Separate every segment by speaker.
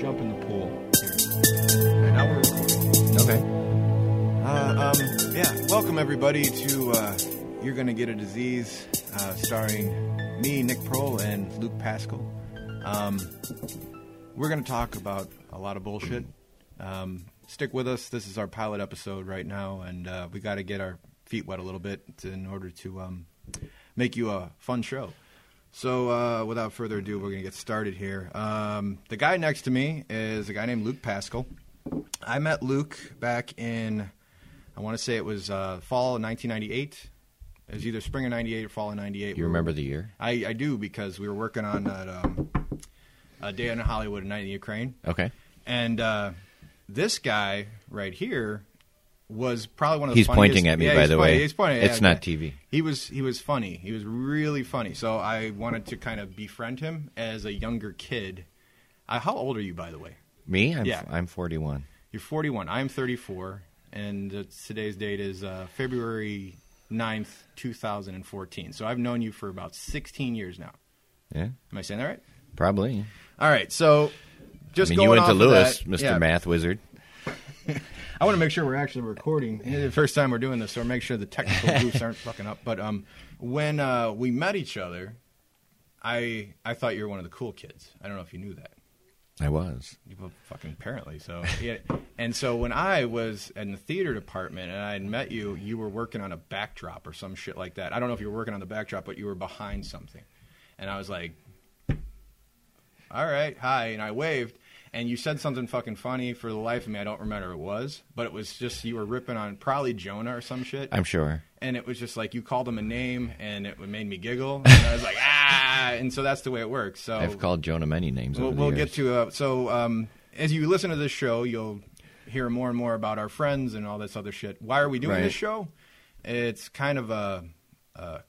Speaker 1: up in the pool. Here. And now we're recording.
Speaker 2: Okay.
Speaker 1: Uh, um, yeah, welcome everybody to uh, You're Gonna Get a Disease, uh, starring me, Nick Prohl, and Luke Pascal. Um, we're gonna talk about a lot of bullshit. Um, stick with us. This is our pilot episode right now, and uh, we got to get our feet wet a little bit to, in order to um, make you a fun show. So, uh, without further ado, we're going to get started here. Um, the guy next to me is a guy named Luke Pascal. I met Luke back in, I want to say it was uh, fall of 1998. It was either spring of 98 or fall of 98.
Speaker 2: You remember the year?
Speaker 1: I, I do because we were working on that, um, a day in Hollywood, a night in Ukraine.
Speaker 2: Okay.
Speaker 1: And uh, this guy right here was probably one of the
Speaker 2: He's
Speaker 1: funniest-
Speaker 2: pointing at me,
Speaker 1: Yeah,
Speaker 2: by
Speaker 1: he's
Speaker 2: the
Speaker 1: pointing-
Speaker 2: way.
Speaker 1: He's pointing.
Speaker 2: It's
Speaker 1: yeah,
Speaker 2: not
Speaker 1: okay.
Speaker 2: TV.
Speaker 1: He was he was funny. He was really funny. So I wanted to kind of befriend him as a younger kid. Uh, how old are you, by the way?
Speaker 2: Me? I'm,
Speaker 1: Yeah.
Speaker 2: I'm 41.
Speaker 1: You're 41. I'm 34, and uh, today's date is uh, February 9th, 2014. So I've known you for about 16 years now.
Speaker 2: Yeah,
Speaker 1: Am I saying that right?
Speaker 2: probably.
Speaker 1: All right. So
Speaker 2: I
Speaker 1: just
Speaker 2: mean,
Speaker 1: going
Speaker 2: you went
Speaker 1: off
Speaker 2: to
Speaker 1: of
Speaker 2: Lewis,
Speaker 1: that-
Speaker 2: Mr.
Speaker 1: yeah.
Speaker 2: Math Wizard.
Speaker 1: I want to make sure we're actually recording. It's the first time we're doing this, so make sure the technical goofs aren't fucking up. But um, when uh, we met each other, I I thought you were one of the cool kids. I don't know if you knew that.
Speaker 2: I was.
Speaker 1: You were fucking apparently so. Yeah. And so when I was in the theater department and I had met you, you were working on a backdrop or some shit like that. I don't know if you were working on the backdrop, but you were behind something. And I was like, all right, hi. And I waved. And you said something fucking funny for the life of me. I don't remember what it was, but it was just you were ripping on probably Jonah or some shit.
Speaker 2: I'm sure.
Speaker 1: and it was just like you called him a name and it made me giggle. And I was like, ah. And so that's the way it works. So
Speaker 2: I've called Jonah many names.
Speaker 1: We'll,
Speaker 2: over the
Speaker 1: we'll
Speaker 2: years.
Speaker 1: get to uh, so um, as you listen to this show, you'll hear more and more about our friends and all this other shit. Why are we doing
Speaker 2: Right.
Speaker 1: this show? It's kind of a, a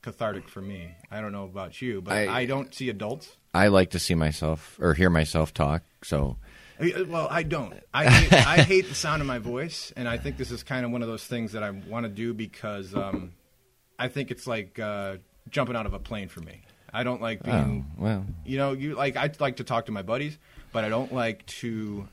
Speaker 1: cathartic for me. I don't know about you, but I,
Speaker 2: I-
Speaker 1: don't see adults.
Speaker 2: I like to see myself or hear myself talk. So
Speaker 1: I- Well, I don't. I hate, I hate the sound of my voice, and I think this is kind of one of those things that I want to do because um, I think it's like uh, jumping out of a plane for me. I don't like
Speaker 2: oh,
Speaker 1: being
Speaker 2: well,
Speaker 1: You know, you like I like to talk to my buddies, but I don't like to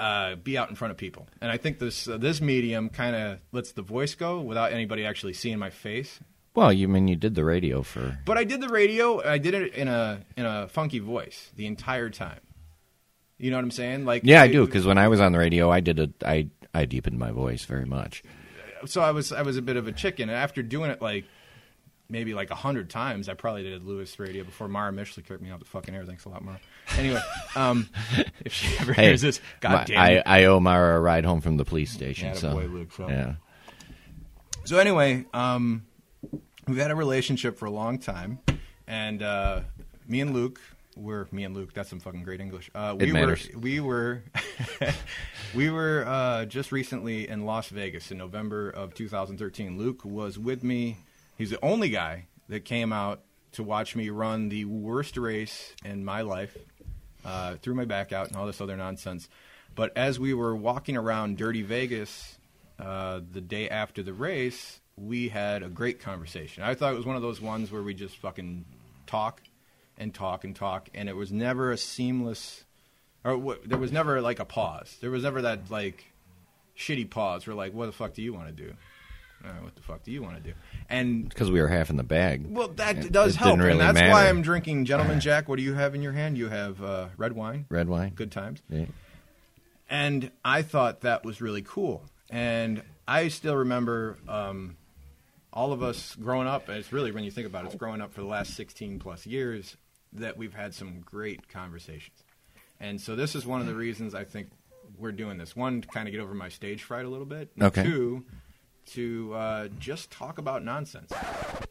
Speaker 1: uh, be out in front of people. And I think this uh, this medium kind of lets the voice go without anybody actually seeing my face.
Speaker 2: well, you mean you did the radio for?
Speaker 1: But I did the radio. I did it in a in a funky voice the entire time. You know what I'm saying? Like
Speaker 2: Yeah, I do. Because when I was on the radio, I did a I I deepened my voice very much.
Speaker 1: so I was I was a bit of a chicken. And after doing it like maybe like a hundred times, I probably did Lewis Radio before Mara Mishley kicked me out the fucking air. Thanks a lot, Mara. Anyway, um, if she ever
Speaker 2: Hey,
Speaker 1: hears this,
Speaker 2: my-
Speaker 1: God damn it.
Speaker 2: I I owe Mara a ride home from the police station. so
Speaker 1: Attaboy, Luke, so.
Speaker 2: yeah,
Speaker 1: So anyway, um, we've had a relationship for a long time, and uh, me and Luke were me and Luke. That's some fucking great English. Uh, we
Speaker 2: It matters.
Speaker 1: were we were we were uh, just recently in Las Vegas in November of 2013. Luke was with me. He's the only guy that came out to watch me run the worst race in my life, uh, threw my back out, and all this other nonsense. But as we were walking around Dirty Vegas uh, the day after the race, we had a great conversation. I thought it was one of those ones where we just fucking talk and talk and talk, and it was never a seamless, or w- there was never like a pause. There was never that like shitty pause where like, what the fuck do you want to do? All right, what the fuck do you want to do? And
Speaker 2: because we were half in the bag.
Speaker 1: well, that
Speaker 2: It-
Speaker 1: does
Speaker 2: it
Speaker 1: help,
Speaker 2: didn't really
Speaker 1: and that's
Speaker 2: matter.
Speaker 1: why I'm drinking, gentleman Jack. What do you have in your hand? You have uh, red wine.
Speaker 2: red wine.
Speaker 1: Good times.
Speaker 2: Yeah.
Speaker 1: And I thought that was really cool. And I still remember um, all of us growing up, and it's really when you think about it, it's growing up for the last 16 plus years that we've had some great conversations. And so this is one of the reasons I think we're doing this. One, to kind of get over my stage fright a little bit. and
Speaker 2: Okay.
Speaker 1: Two, to uh, just talk about nonsense.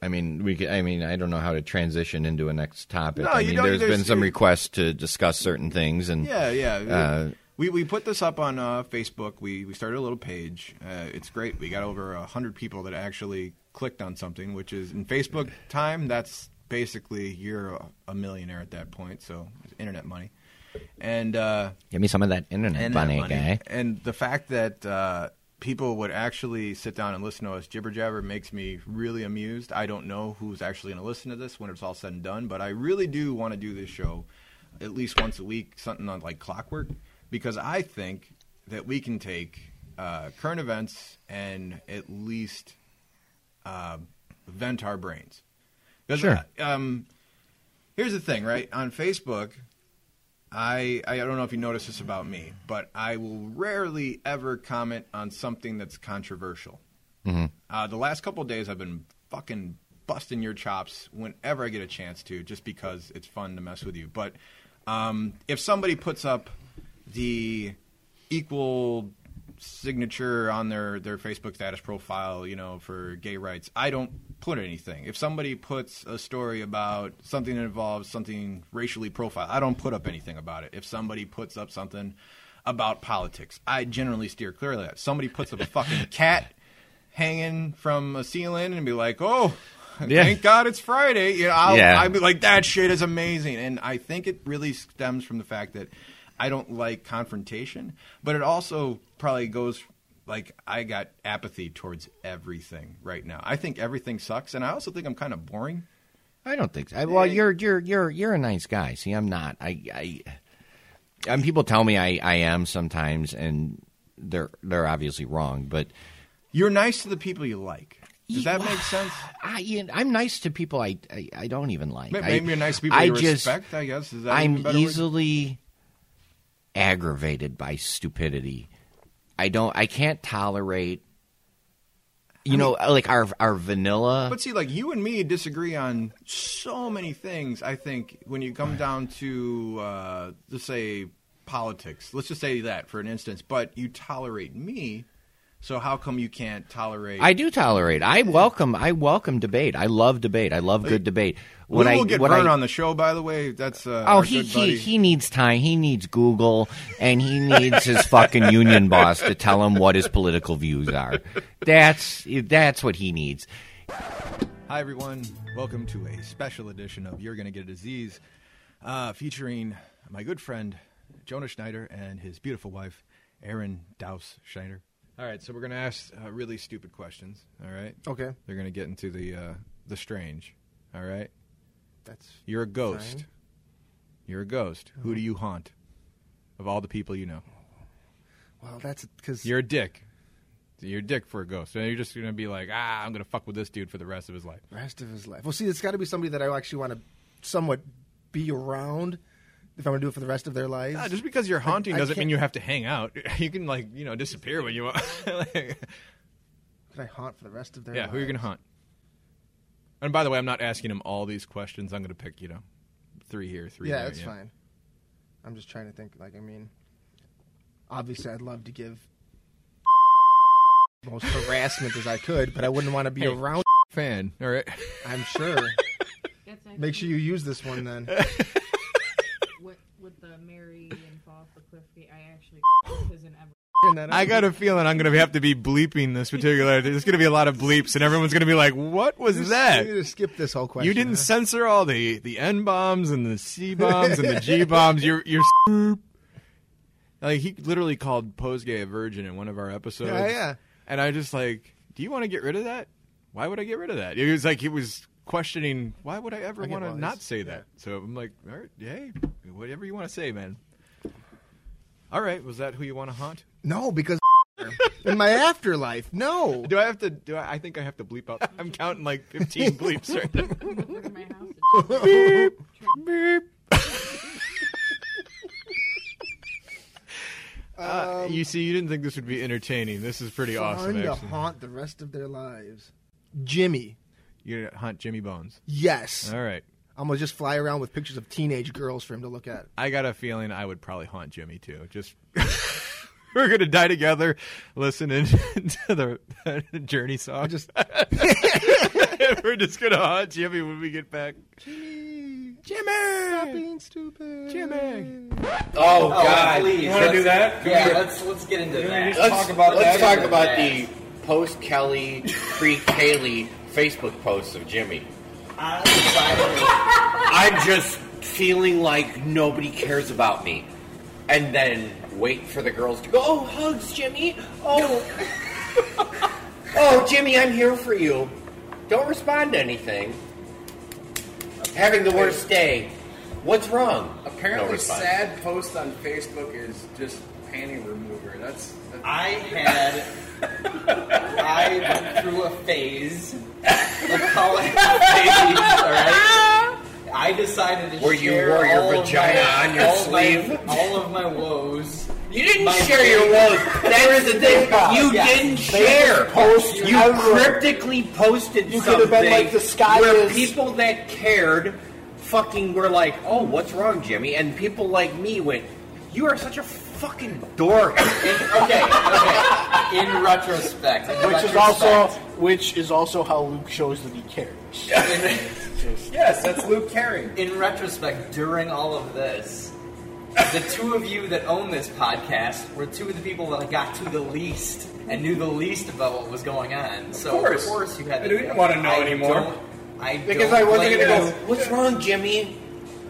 Speaker 2: I mean, we. Could, I mean, I don't know how to transition into a next topic.
Speaker 1: No,
Speaker 2: I
Speaker 1: you
Speaker 2: mean,
Speaker 1: don't-
Speaker 2: there's
Speaker 1: there's-
Speaker 2: been some requests to discuss certain things, and
Speaker 1: Yeah, yeah. We-
Speaker 2: Uh,
Speaker 1: we, we put this up on uh, Facebook. We, we started a little page. Uh, it's great. We got over 100 people that actually clicked on something, which is in Facebook time, that's basically you're a, a millionaire at that point. So, internet money. And, uh,
Speaker 2: give me some of that internet,
Speaker 1: and
Speaker 2: money,
Speaker 1: money.
Speaker 2: guy.
Speaker 1: And the fact that uh, people would actually sit down and listen to us jibber jabber makes me really amused. I don't know who's actually going to listen to this when it's all said and done, but I really do want to do this show at least once a week, something on like clockwork, because I think that we can take uh, current events and at least uh, vent our brains. 'Cause,
Speaker 3: Sure.
Speaker 1: uh, um, here's the thing, right? On Facebook, I I don't know if you notice this about me, but I will rarely ever comment on something that's controversial.
Speaker 4: Mm-hmm.
Speaker 1: Uh, the last couple of days, I've been fucking busting your chops whenever I get a chance to, just because it's fun to mess with you. But um, if somebody puts up the equal signature on their, their Facebook status profile, you know, for gay rights, I don't put anything. If somebody puts a story about something that involves something racially profiled, I don't put up anything about it. If somebody puts up something about politics, I generally steer clear of that. Somebody puts up a fucking cat hanging from a ceiling and be like, "Oh,
Speaker 3: Yeah.
Speaker 1: thank God it's Friday." You know, I'll,
Speaker 3: Yeah.
Speaker 1: I'd be like, "That shit is amazing," and I think it really stems from the fact that I don't like confrontation, but it also probably goes like I got apathy towards everything right now. I think everything sucks, and I also think I'm kind of boring.
Speaker 3: I don't think so. I, well, you're you're you're you're a nice guy. See, I'm not. I I and people tell me I I am sometimes, and they're they're obviously wrong. But
Speaker 1: You're nice to the people you like. Does that make sense?
Speaker 3: I you- I'm nice to people I I, I don't even like.
Speaker 1: May-
Speaker 3: I-
Speaker 1: Maybe you're nice to people
Speaker 3: I
Speaker 1: you
Speaker 3: just-
Speaker 1: respect. I guess is that even
Speaker 3: I'm
Speaker 1: better word?
Speaker 3: easily aggravated by stupidity. I don't. I can't tolerate. You know, like our our vanilla.
Speaker 1: But see, like you and me disagree on so many things. I think when you come down to, uh, let's say, politics. Let's just say that for an instance. But you tolerate me, so how come you can't tolerate?
Speaker 3: I do tolerate. I welcome. I welcome debate. I love debate. I love good debate.
Speaker 1: we
Speaker 3: I
Speaker 1: will get
Speaker 3: when
Speaker 1: Vern
Speaker 3: I-
Speaker 1: on the show, by the way. That's uh,
Speaker 3: Oh,
Speaker 1: our
Speaker 3: he,
Speaker 1: good buddy.
Speaker 3: he he needs time. He needs Google, and he needs his fucking union boss to tell him what his political views are. That's that's what he needs.
Speaker 1: Hi, everyone. Welcome to a special edition of You're Gonna Get a Disease, uh, featuring my good friend Jonah Schneider and his beautiful wife, Erin Douse Schneider. All right, so we're gonna ask uh, really stupid questions. All right.
Speaker 4: Okay.
Speaker 1: They're gonna get into the uh, the strange. All right.
Speaker 4: That's
Speaker 1: You're a ghost.
Speaker 4: Fine. Oh.
Speaker 1: You're a ghost. Who do you haunt? Of all the people you know,
Speaker 4: well. That's because
Speaker 1: you're a dick. You're a dick for a ghost. And you're just gonna be like, ah, I'm gonna fuck with this dude for the rest of his life.
Speaker 4: the rest of his life. Well, see, it's got to be somebody that I actually want to somewhat be around if I'm going to do it for the rest of their lives.
Speaker 1: Yeah, just because you're haunting
Speaker 4: I
Speaker 1: doesn't mean
Speaker 4: can't-
Speaker 1: you have to hang out. You can like you know disappear when you want. Like,
Speaker 4: Can I haunt for the rest of their?
Speaker 1: yeah, who are you gonna
Speaker 4: lives?
Speaker 1: hunt? And by the way, I'm not asking him all these questions. I'm gonna pick you know three here, three.
Speaker 4: Yeah,
Speaker 1: there,
Speaker 4: that's fine. I'm just trying to think. Like, I mean, obviously, I'd love to give the most harassment as I could, but I wouldn't want to be
Speaker 1: Hey.
Speaker 4: around.
Speaker 1: Fan, all right.
Speaker 4: I'm sure.
Speaker 5: That's
Speaker 4: Make
Speaker 5: actually
Speaker 4: sure you use this one then.
Speaker 5: With, with the Mary and fall off the cliff gate, I actually isn't ever.
Speaker 1: I got a feeling I'm gonna have to be bleeping this particular. There's gonna be a lot of bleeps, and everyone's gonna be like, "What was that?"
Speaker 4: You need to skip this whole question.
Speaker 1: You didn't
Speaker 4: huh?
Speaker 1: censor all the the n bombs and the c bombs and the g bombs. You're you're like he literally called Pose Gay a virgin in one of our episodes.
Speaker 4: Yeah, yeah.
Speaker 1: And I just like, do you want to get rid of that? Why would I get rid of that? It was like he was questioning why would I ever
Speaker 4: I get
Speaker 1: want to
Speaker 4: wise.
Speaker 1: not say that. So I'm like, all right, hey, whatever you want to say, man. All right, was that who you want to haunt?
Speaker 4: No, because in my afterlife, no.
Speaker 1: Do I have to? Do I? I think I have to bleep out. I'm counting like 15 bleeps right now.
Speaker 5: Over to my house. and
Speaker 4: Um,
Speaker 1: Uh, you see, you didn't think this would be entertaining. This is pretty awesome.
Speaker 4: fun to
Speaker 1: Actually.
Speaker 4: haunt the rest of their lives. Jimmy,
Speaker 1: You're gonna hunt Jimmy Bones.
Speaker 4: yes,
Speaker 1: All right.
Speaker 4: I'm gonna just fly around with pictures of teenage girls for him to look at.
Speaker 1: I got a feeling I would probably haunt Jimmy too. Just we're gonna die together, listening to the, the Journey song.
Speaker 4: I just
Speaker 1: we're just gonna haunt Jimmy when we get back.
Speaker 4: stop being stupid.
Speaker 1: Jimmy.
Speaker 6: Oh, God! You want to do that? yeah, let's let's get into that. Let's, talk about
Speaker 3: Let's talk about the post Kelly, pre Kelly Facebook posts of Jimmy. I'm just feeling like nobody cares about me. And then wait for the girls to go, oh, hugs, Jimmy. Oh, oh, Jimmy, I'm here for you. Don't respond to anything. Having the worst day. What's wrong?
Speaker 7: Apparently,
Speaker 3: No response.
Speaker 7: sad post on Facebook is just panty remover. That's, that's
Speaker 6: I had I went through a phase. Let's call it a phase, alright? I decided to
Speaker 3: Where you
Speaker 6: share
Speaker 3: wore your
Speaker 6: all of
Speaker 3: vagina
Speaker 6: my-
Speaker 3: on your
Speaker 6: all of my-
Speaker 3: sleeve?
Speaker 6: all of my woes.
Speaker 3: You didn't
Speaker 6: My
Speaker 3: share your woes. That is the thing. You
Speaker 6: Yeah.
Speaker 3: didn't share.
Speaker 8: post
Speaker 3: you
Speaker 8: everywhere.
Speaker 3: cryptically posted
Speaker 8: You could
Speaker 3: something
Speaker 8: have been like, "The sky
Speaker 3: where
Speaker 8: is-"
Speaker 3: people that cared fucking were like, "Oh, what's wrong, Jimmy?" And people like me went, "You are such a fucking dork."
Speaker 6: In, okay, okay. In retrospect, in
Speaker 8: which is
Speaker 6: retrospect,
Speaker 8: also which is also how Luke shows that he cares.
Speaker 6: in,
Speaker 7: yes, that's Luke Carey.
Speaker 6: in retrospect, during all of this, the two of you that own this podcast were two of the people that got to the least and knew the least about what was going on. So of
Speaker 7: course.
Speaker 6: course, you had.
Speaker 7: I didn't wanna know
Speaker 6: I
Speaker 7: anymore.
Speaker 6: don't- I
Speaker 8: Because
Speaker 6: don't
Speaker 8: I wasn't
Speaker 6: blame
Speaker 8: gonna
Speaker 6: you.
Speaker 8: go,
Speaker 3: what's wrong, Jimmy?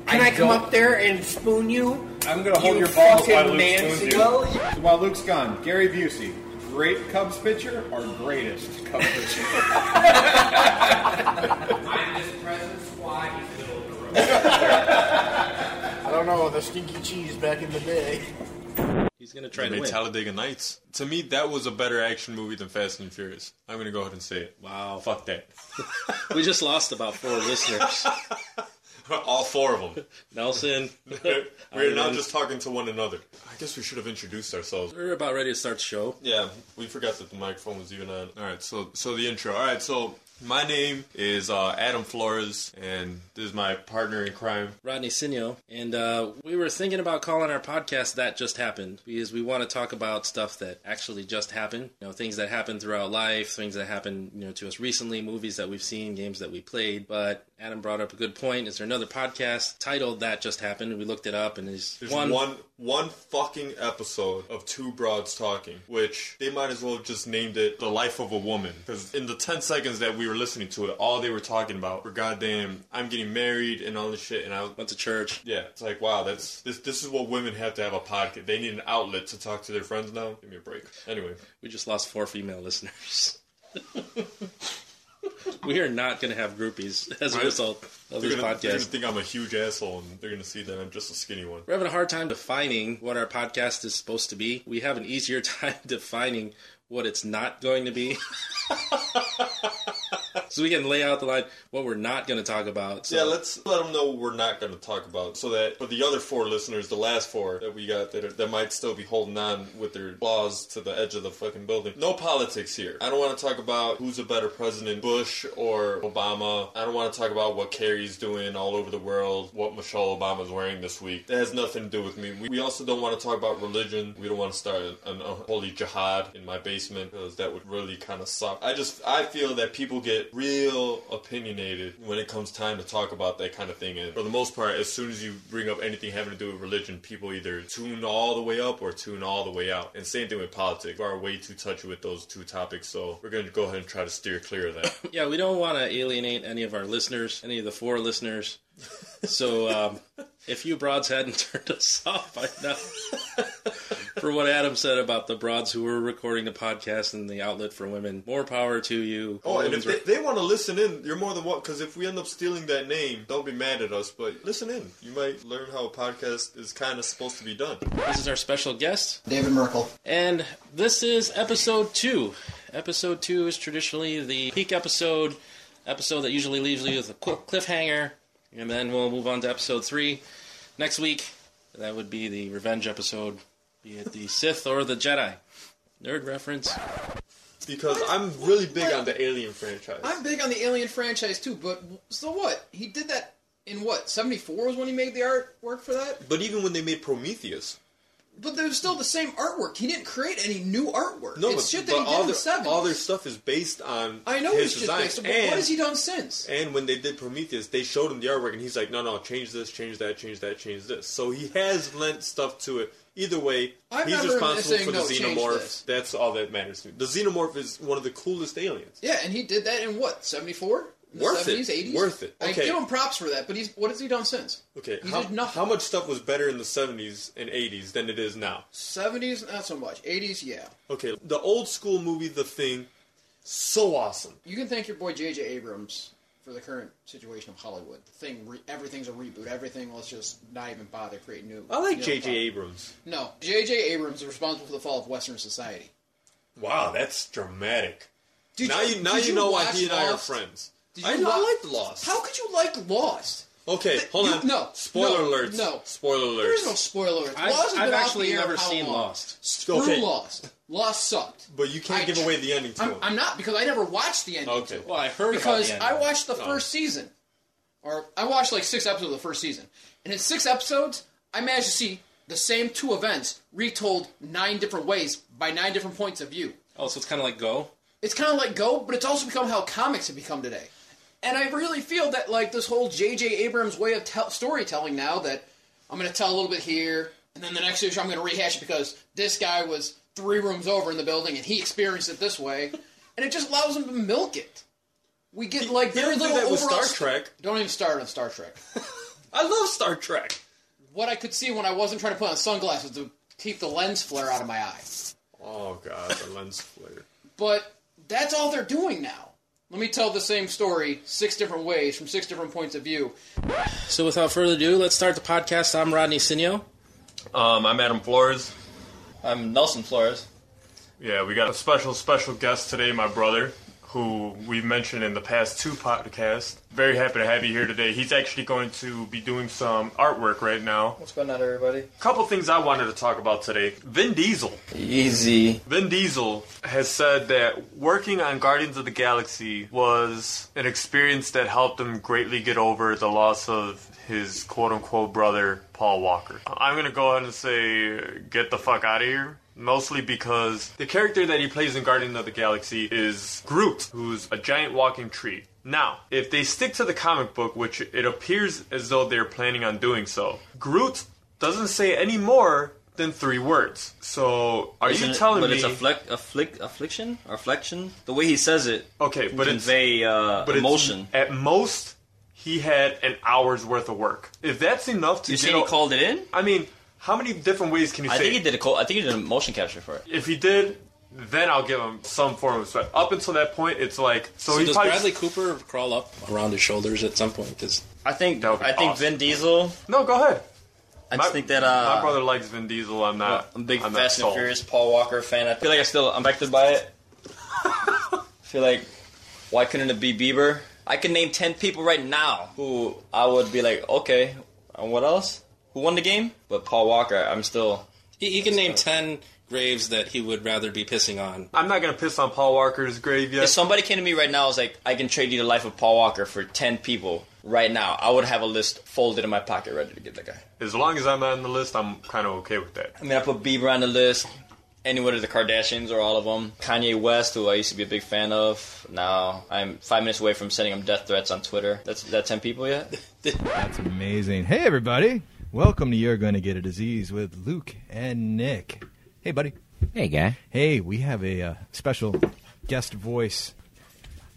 Speaker 3: Can
Speaker 6: I
Speaker 3: I, come
Speaker 6: don't-
Speaker 3: up there and spoon you?
Speaker 7: I'm gonna
Speaker 3: You
Speaker 7: hold your balls while
Speaker 3: fucking
Speaker 7: Luke spoons
Speaker 3: Nancy.
Speaker 7: you.
Speaker 6: Well, you-
Speaker 1: So while Luke's gone, Gary Busey, great Cubs pitcher or greatest Cubs pitcher?
Speaker 9: I'm this present squad in the middle of the road.
Speaker 8: I don't know the stinky cheese back in the day.
Speaker 10: He's gonna try to win. Talladega Nights. To me, that was a better action movie than Fast and Furious. I'm gonna go ahead and say it. Wow. Fuck that.
Speaker 11: We just lost about four listeners.
Speaker 10: All four of them.
Speaker 11: Nelson,
Speaker 10: We're now just talking to one another. I guess we should have introduced ourselves.
Speaker 11: we're about ready to start the show.
Speaker 10: Yeah, we forgot that the microphone was even on. All right, so so the intro. All right, so my name is uh, Adam Flores, and this is my partner in crime.
Speaker 11: Rodney Sinio, and uh, we were thinking about calling our podcast "That Just Happened" because we want to talk about stuff that actually just happened. You know, things that happen throughout life, things that happen you know to us recently, movies that we've seen, games that we played. But Adam brought up a good point. Is there another podcast titled "That Just Happened"? We looked it up, and there's,
Speaker 10: There's one, one fucking episode of two broads talking, which they might as well have just named it "The Life of a Woman," because in the ten seconds that we were listening to it, all they were talking about were goddamn, I'm getting married and all this shit, and I. was-
Speaker 11: went to church.
Speaker 10: Yeah, it's like wow, that's this. This is what women have to have a podcast. They need an outlet to talk to their friends now. Give me a break. Anyway,
Speaker 11: We just lost four female listeners. we are not going to have groupies as a
Speaker 10: Right.
Speaker 11: result of
Speaker 10: they're
Speaker 11: this
Speaker 10: gonna, they're gonna
Speaker 11: podcast.
Speaker 10: think I'm a huge asshole, and they're gonna see that I'm just a skinny one.
Speaker 11: We're having a hard time defining what our podcast is supposed to be. We have an easier time defining what it's not going to be. so we can lay out the line what we're not going to talk about. So
Speaker 10: Yeah, let's let them know what we're not going to talk about, so that for the other four listeners, the last four that we got that, are, that might still be holding on with their claws to the edge of the fucking building. No politics here. I don't want to talk about who's a better president, Bush or Obama. I don't want to talk about what Kerry's doing all over the world, what Michelle Obama's wearing this week. That has nothing to do with me. We, we also don't want to talk about religion. We don't want to start an unholy jihad in my basement because that would really kind of suck. I just I feel that people get real opinionated when it comes time to talk about that kind of thing. And for the most part, as soon as you bring up anything having to do with religion, people either tune all the way up or tune all the way out. And same thing with politics. We are way too touchy with those two topics, so we're going to go ahead and try to steer clear of that.
Speaker 11: yeah, we don't want to alienate any of our listeners, any of the four listeners. So um, if you broads hadn't turned us off by now, for what Adam said about the broads who were recording the podcast and the outlet for women, more power to you.
Speaker 10: Oh, and if they, they want to listen in, you're more than welcome. Because if we end up stealing that name, don't be mad at us, but listen in. You might learn how a podcast is kind of supposed to be done.
Speaker 11: this is our special guest.
Speaker 6: David Merkel.
Speaker 11: And this is episode two. Episode two is traditionally the peak episode, episode that usually leaves you with a qu- cliffhanger, and then we'll move on to episode three next week. That would be the revenge episode, be it the Sith or the Jedi. Nerd reference.
Speaker 10: Because I'm really big on the Alien franchise.
Speaker 7: I'm big on the Alien franchise too, but so what? He did that in what? 74 was when he made the artwork for that?
Speaker 10: But even when they made Prometheus,
Speaker 7: But there's still the same artwork. He didn't create any new artwork.
Speaker 10: no,
Speaker 7: it's
Speaker 10: but,
Speaker 7: shit that
Speaker 10: but
Speaker 7: he did
Speaker 10: all,
Speaker 7: in
Speaker 10: their,
Speaker 7: the 70s.
Speaker 10: all their stuff is based on
Speaker 7: I know he's
Speaker 10: his
Speaker 7: just
Speaker 10: design.
Speaker 7: based, but
Speaker 10: and,
Speaker 7: what has he done since?
Speaker 10: and when they did Prometheus, they showed him the artwork, and he's like, "No, no, change this, change that, change that, change this." So he has lent stuff to it. Either way,
Speaker 7: I'm
Speaker 10: he's
Speaker 7: never
Speaker 10: responsible
Speaker 7: saying,
Speaker 10: for the
Speaker 7: "No, change
Speaker 10: xenomorph.
Speaker 7: this."
Speaker 10: That's all that matters to me. The xenomorph is one of the coolest aliens.
Speaker 7: Yeah, and he did that in what? 74? In the
Speaker 10: Worth it.
Speaker 7: 70s, 80s?
Speaker 10: Worth it.
Speaker 7: I
Speaker 10: Okay.
Speaker 7: give him props for that, but he's what has he done since?
Speaker 10: Okay,
Speaker 7: He
Speaker 10: how,
Speaker 7: did nothing.
Speaker 10: how much stuff was better in the '70s and '80s than it is now?
Speaker 7: 70s, not so much. 80s, yeah.
Speaker 10: Okay, the old school movie, The Thing, so awesome.
Speaker 7: You can thank your boy J.J. Abrams for the current situation of Hollywood. The thing, re- everything's a reboot. Everything, let's just not even bother creating new.
Speaker 12: I like
Speaker 7: new
Speaker 12: J.J.
Speaker 7: product.
Speaker 12: Abrams.
Speaker 7: No, J.J. Abrams is responsible for the fall of Western society.
Speaker 12: Wow, that's dramatic.
Speaker 7: Did
Speaker 12: now
Speaker 7: you-
Speaker 12: you now
Speaker 7: did
Speaker 12: you
Speaker 7: you
Speaker 12: know why
Speaker 7: watch
Speaker 12: he and I are
Speaker 7: Lost?
Speaker 12: friends.
Speaker 7: Did
Speaker 12: I,
Speaker 7: you
Speaker 12: I
Speaker 7: wa-
Speaker 12: liked Lost.
Speaker 7: How could you like Lost?
Speaker 12: Okay,
Speaker 7: Th-
Speaker 12: hold
Speaker 7: you-
Speaker 12: on.
Speaker 7: no,
Speaker 12: spoiler
Speaker 7: no,
Speaker 12: alerts.
Speaker 7: no.
Speaker 12: spoiler alerts.
Speaker 7: There is no spoiler. alert.
Speaker 11: I've-
Speaker 7: Lost has
Speaker 11: I've
Speaker 7: been off
Speaker 11: actually
Speaker 7: the air
Speaker 11: never
Speaker 7: how
Speaker 11: seen
Speaker 7: long?
Speaker 11: Lost.
Speaker 7: Screw
Speaker 12: Okay.
Speaker 7: Lost. Lost sucked.
Speaker 12: But you can't give away the ending to
Speaker 7: I'm,
Speaker 12: him.
Speaker 7: I'm not because I never watched the ending.
Speaker 12: okay.
Speaker 11: Well, I heard
Speaker 7: because
Speaker 11: about the
Speaker 7: I
Speaker 11: ending.
Speaker 7: watched the first season, or I watched like six episodes of the first season, and in six episodes, I managed to see the same two events retold nine different ways by nine different points of view.
Speaker 11: Oh, so it's kind of like Go.
Speaker 7: It's kind of like Go, but it's also become how comics have become today. And I really feel that like this whole J.J. Abrams way of tell storytelling now that I'm going to tell a little bit here, and then the next issue I'm going to rehash it because this guy was three rooms over in the building and he experienced it this way, and it just allows him to milk it. We get like
Speaker 12: He
Speaker 7: very
Speaker 12: didn't do
Speaker 7: little
Speaker 12: that with
Speaker 7: overall
Speaker 12: Star
Speaker 7: st-
Speaker 12: Trek.
Speaker 7: Don't even start on Star Trek.
Speaker 12: I love Star Trek.
Speaker 7: What I could see when I wasn't trying to put on sunglasses to keep the lens flare out of my eye.
Speaker 12: Oh god, the lens flare.
Speaker 7: But that's all they're doing now. Let me tell the same story six different ways from six different points of view.
Speaker 11: So without further ado, let's start the podcast. I'm Rodney Sinio.
Speaker 10: Um, I'm Adam Flores.
Speaker 11: I'm Nelson Flores.
Speaker 10: Yeah, we got a special, special guest today, my brother, who we've mentioned in the past two podcasts. Very happy to have you here today. He's actually going to be doing some artwork right now.
Speaker 13: What's going on, everybody?
Speaker 10: couple things I wanted to talk about today. Vin Diesel.
Speaker 13: Easy.
Speaker 10: Vin Diesel has said that working on Guardians of the Galaxy was an experience that helped him greatly get over the loss of his quote unquote brother, Paul Walker. I'm going to go ahead and say, get the fuck out of here. Mostly because the character that he plays in Guardians of the Galaxy is Groot, who's a giant walking tree. Now, if they stick to the comic book, which it appears as though they're planning on doing so, Groot doesn't say any more than three words. So, are
Speaker 14: Isn't
Speaker 10: you
Speaker 14: it-
Speaker 10: telling
Speaker 14: but
Speaker 10: me?
Speaker 14: it's afflic- afflic- affliction, affliction. The way he says it.
Speaker 10: Okay, but it's-
Speaker 14: convey uh,
Speaker 10: but it's-
Speaker 14: emotion.
Speaker 10: at most, he had an hour's worth of work. If that's enough to
Speaker 14: You
Speaker 10: get
Speaker 14: saying he
Speaker 10: o-
Speaker 14: called it in?
Speaker 10: I mean, how many different ways can you
Speaker 14: I
Speaker 10: say?
Speaker 14: think he
Speaker 10: it?
Speaker 14: did a. Co- I think he did a motion capture for it.
Speaker 10: If he did, then I'll give him some form of sweat. Up until that point, it's like so. he
Speaker 11: does
Speaker 10: probably
Speaker 11: Bradley Cooper crawl up around his shoulders at some point? Because
Speaker 14: I think I think Vin Diesel.
Speaker 10: No, go ahead.
Speaker 14: I just
Speaker 10: My-
Speaker 14: think that uh,
Speaker 10: my brother likes Vin Diesel. I'm not.
Speaker 14: I'm a big
Speaker 10: I'm not
Speaker 14: Fast and
Speaker 10: sold.
Speaker 14: Furious Paul Walker fan. I feel like I still I'm affected by it. I feel like why couldn't it be Bieber? I can name ten people right now who I would be like, okay, and what else? Who won the game? But Paul Walker, I'm still.
Speaker 11: he, he can name ten graves that he would rather be pissing on.
Speaker 10: I'm not gonna piss on Paul Walker's grave yet.
Speaker 14: If somebody came to me right now, I was like, I can trade you the life of Paul Walker for ten people right now. I would have a list folded in my pocket, ready to give that guy.
Speaker 10: As long as I'm not on the list, I'm kind of okay with that.
Speaker 14: I mean, I put Bieber on the list. Anyone of the Kardashians or all of them. Kanye West, who I used to be a big fan of, now I'm five minutes away from sending him death threats on Twitter. That's is that ten people yet?
Speaker 1: That's amazing. Hey, everybody. Welcome to You're Going to Get a Disease with Luke and Nick. Hey, buddy.
Speaker 8: Hey, guy.
Speaker 1: Hey, we have a uh, special guest voice.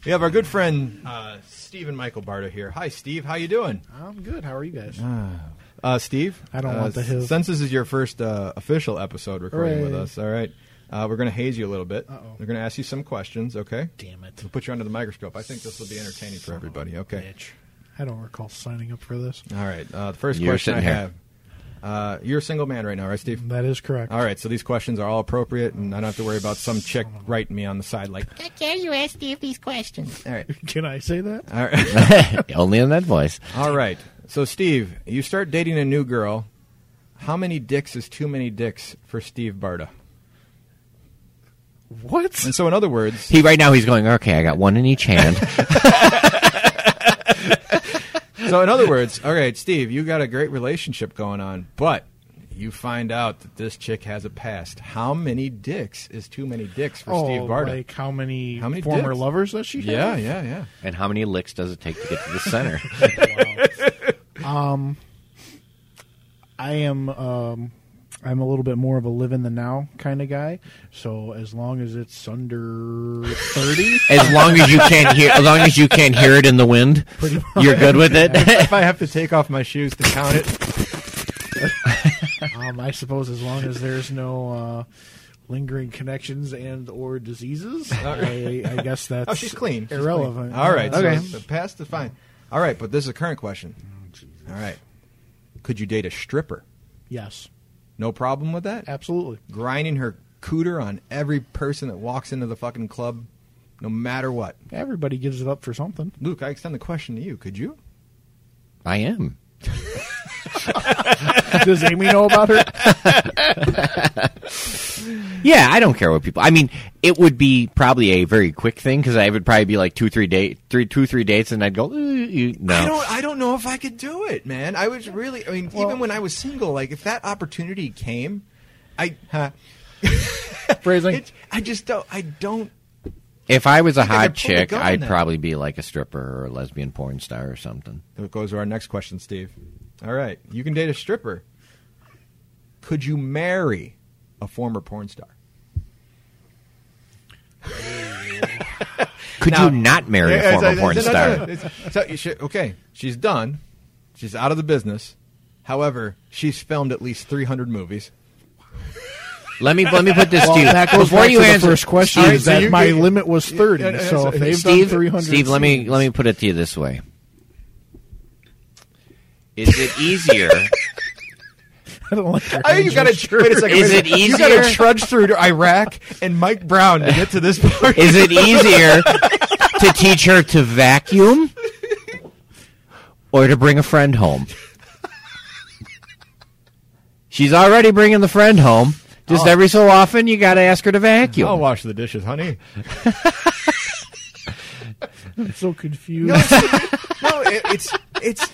Speaker 1: We have our good friend uh, Stephen Michael Barta here. Hi, Steve. How you doing?
Speaker 8: I'm good. How are you guys?
Speaker 1: Uh, Steve,
Speaker 8: I don't
Speaker 1: uh,
Speaker 8: want the hill.
Speaker 1: Since this is your first uh, official episode recording with
Speaker 8: Hooray.
Speaker 1: us, all right, uh, we're going to haze you a little bit.
Speaker 8: Uh-oh.
Speaker 1: We're going to ask you some questions, okay?
Speaker 8: Damn it!
Speaker 1: We'll put you under the microscope. I think this will be entertaining for everybody. Okay.
Speaker 8: I don't recall signing up for this.
Speaker 1: All right. Uh, the first
Speaker 8: You're
Speaker 1: question I
Speaker 8: sitting here.
Speaker 1: have. Uh, you're a single man right now, right, Steve?
Speaker 8: That is correct.
Speaker 1: All right. So these questions are all appropriate, and I don't have to worry about some chick writing me on the side like.
Speaker 15: How dare you ask Steve these questions?
Speaker 1: All right.
Speaker 8: Can I say that?
Speaker 1: All right.
Speaker 8: Only in that voice.
Speaker 1: All right. So Steve, you start dating a new girl. How many dicks is too many dicks for Steve Barta?
Speaker 8: What?
Speaker 1: And so, in other words,
Speaker 8: He right now he's going. Okay, I got one in each hand.
Speaker 1: so in other words, all right, Steve, you got a great relationship going on, but you find out that this chick has a past. How many dicks is too many dicks for
Speaker 8: oh,
Speaker 1: Steve Barta?
Speaker 8: like how many,
Speaker 1: How many
Speaker 8: former
Speaker 1: dicks?
Speaker 8: lovers does she
Speaker 1: Yeah,
Speaker 8: have?
Speaker 1: yeah, yeah.
Speaker 3: And how many licks does it take to get to the center?
Speaker 8: Um, I am um, I'm a little bit more of a live in the now kind of guy. So as long as it's under thirty,
Speaker 3: as long as you can't hear, as long as you can't hear it in the wind,
Speaker 8: Pretty much.
Speaker 3: you're good with it.
Speaker 8: If
Speaker 1: I have to take off my shoes to count it.
Speaker 8: um, I suppose as long as there's no uh, lingering connections and or diseases.
Speaker 1: All
Speaker 8: I,
Speaker 1: right.
Speaker 8: I guess that's
Speaker 1: oh, she's clean. She's
Speaker 8: irrelevant.
Speaker 1: clean. All right.
Speaker 8: Uh,
Speaker 1: so
Speaker 8: okay.
Speaker 1: the past is fine. All right, but this is a current question.
Speaker 3: Oh,
Speaker 1: All right. Could you date a stripper?
Speaker 8: Yes.
Speaker 1: No problem with that?
Speaker 8: Absolutely.
Speaker 1: Grinding her cooter on every person that walks into the fucking club, no matter what.
Speaker 8: Everybody gives it up for something.
Speaker 1: Luke, I extend the question to you. Could you?
Speaker 3: I am.
Speaker 8: Does Amy know about her?
Speaker 3: yeah, I don't care what people. I mean, it would be probably a very quick thing because I would probably be like two, three date, three, two, three dates, and I'd go. "Uh, you- No,
Speaker 1: I don't. I don't know if I could do it, man. I was really. I mean, even when I was single, like if that opportunity came, I huh,
Speaker 8: phrasing.
Speaker 1: I just don't. I don't.
Speaker 3: If I was a
Speaker 1: think I
Speaker 3: hot
Speaker 1: could pull the
Speaker 3: chick,
Speaker 1: gun
Speaker 3: I'd
Speaker 1: then.
Speaker 3: probably be like a stripper or a lesbian porn star or something.
Speaker 1: That goes to our next question, Steve. All right, you can date a stripper. Could you marry a former porn star?
Speaker 3: Could you not marry a
Speaker 1: Yeah,
Speaker 3: former
Speaker 1: it's-
Speaker 3: porn
Speaker 1: it's-
Speaker 3: star?
Speaker 1: no, no, it's- so you should- okay, she's done. She's out of the business. However, she's filmed at least 300 movies.
Speaker 3: Let me let me put this
Speaker 1: Well,
Speaker 3: to you
Speaker 1: that goes
Speaker 3: before
Speaker 1: back
Speaker 3: you
Speaker 1: to the
Speaker 3: answer
Speaker 1: first question,
Speaker 3: Steve,
Speaker 1: is that
Speaker 3: you-
Speaker 1: my
Speaker 8: My limit was thirty,
Speaker 1: Yeah, yeah,
Speaker 8: so
Speaker 1: yeah,
Speaker 8: if they've
Speaker 3: Steve,
Speaker 8: done three hundred,
Speaker 3: Steve, let me let me put it to you this way: Is it easier?
Speaker 8: I don't like your
Speaker 1: I think you got to
Speaker 8: gesture.
Speaker 1: wait a second.
Speaker 3: Is
Speaker 1: wait a
Speaker 3: it
Speaker 1: second. You got to
Speaker 3: easier?
Speaker 1: trudge through to Iraq and Mike Brown to get to this part.
Speaker 3: Is it easier to teach her to vacuum or to bring a friend home? She's already bringing the friend home. Just
Speaker 1: Oh.
Speaker 3: every so often, you got to ask her to vacuum.
Speaker 1: I'll wash the dishes, honey.
Speaker 8: I'm so confused.
Speaker 1: No, it's, no, it, it's it's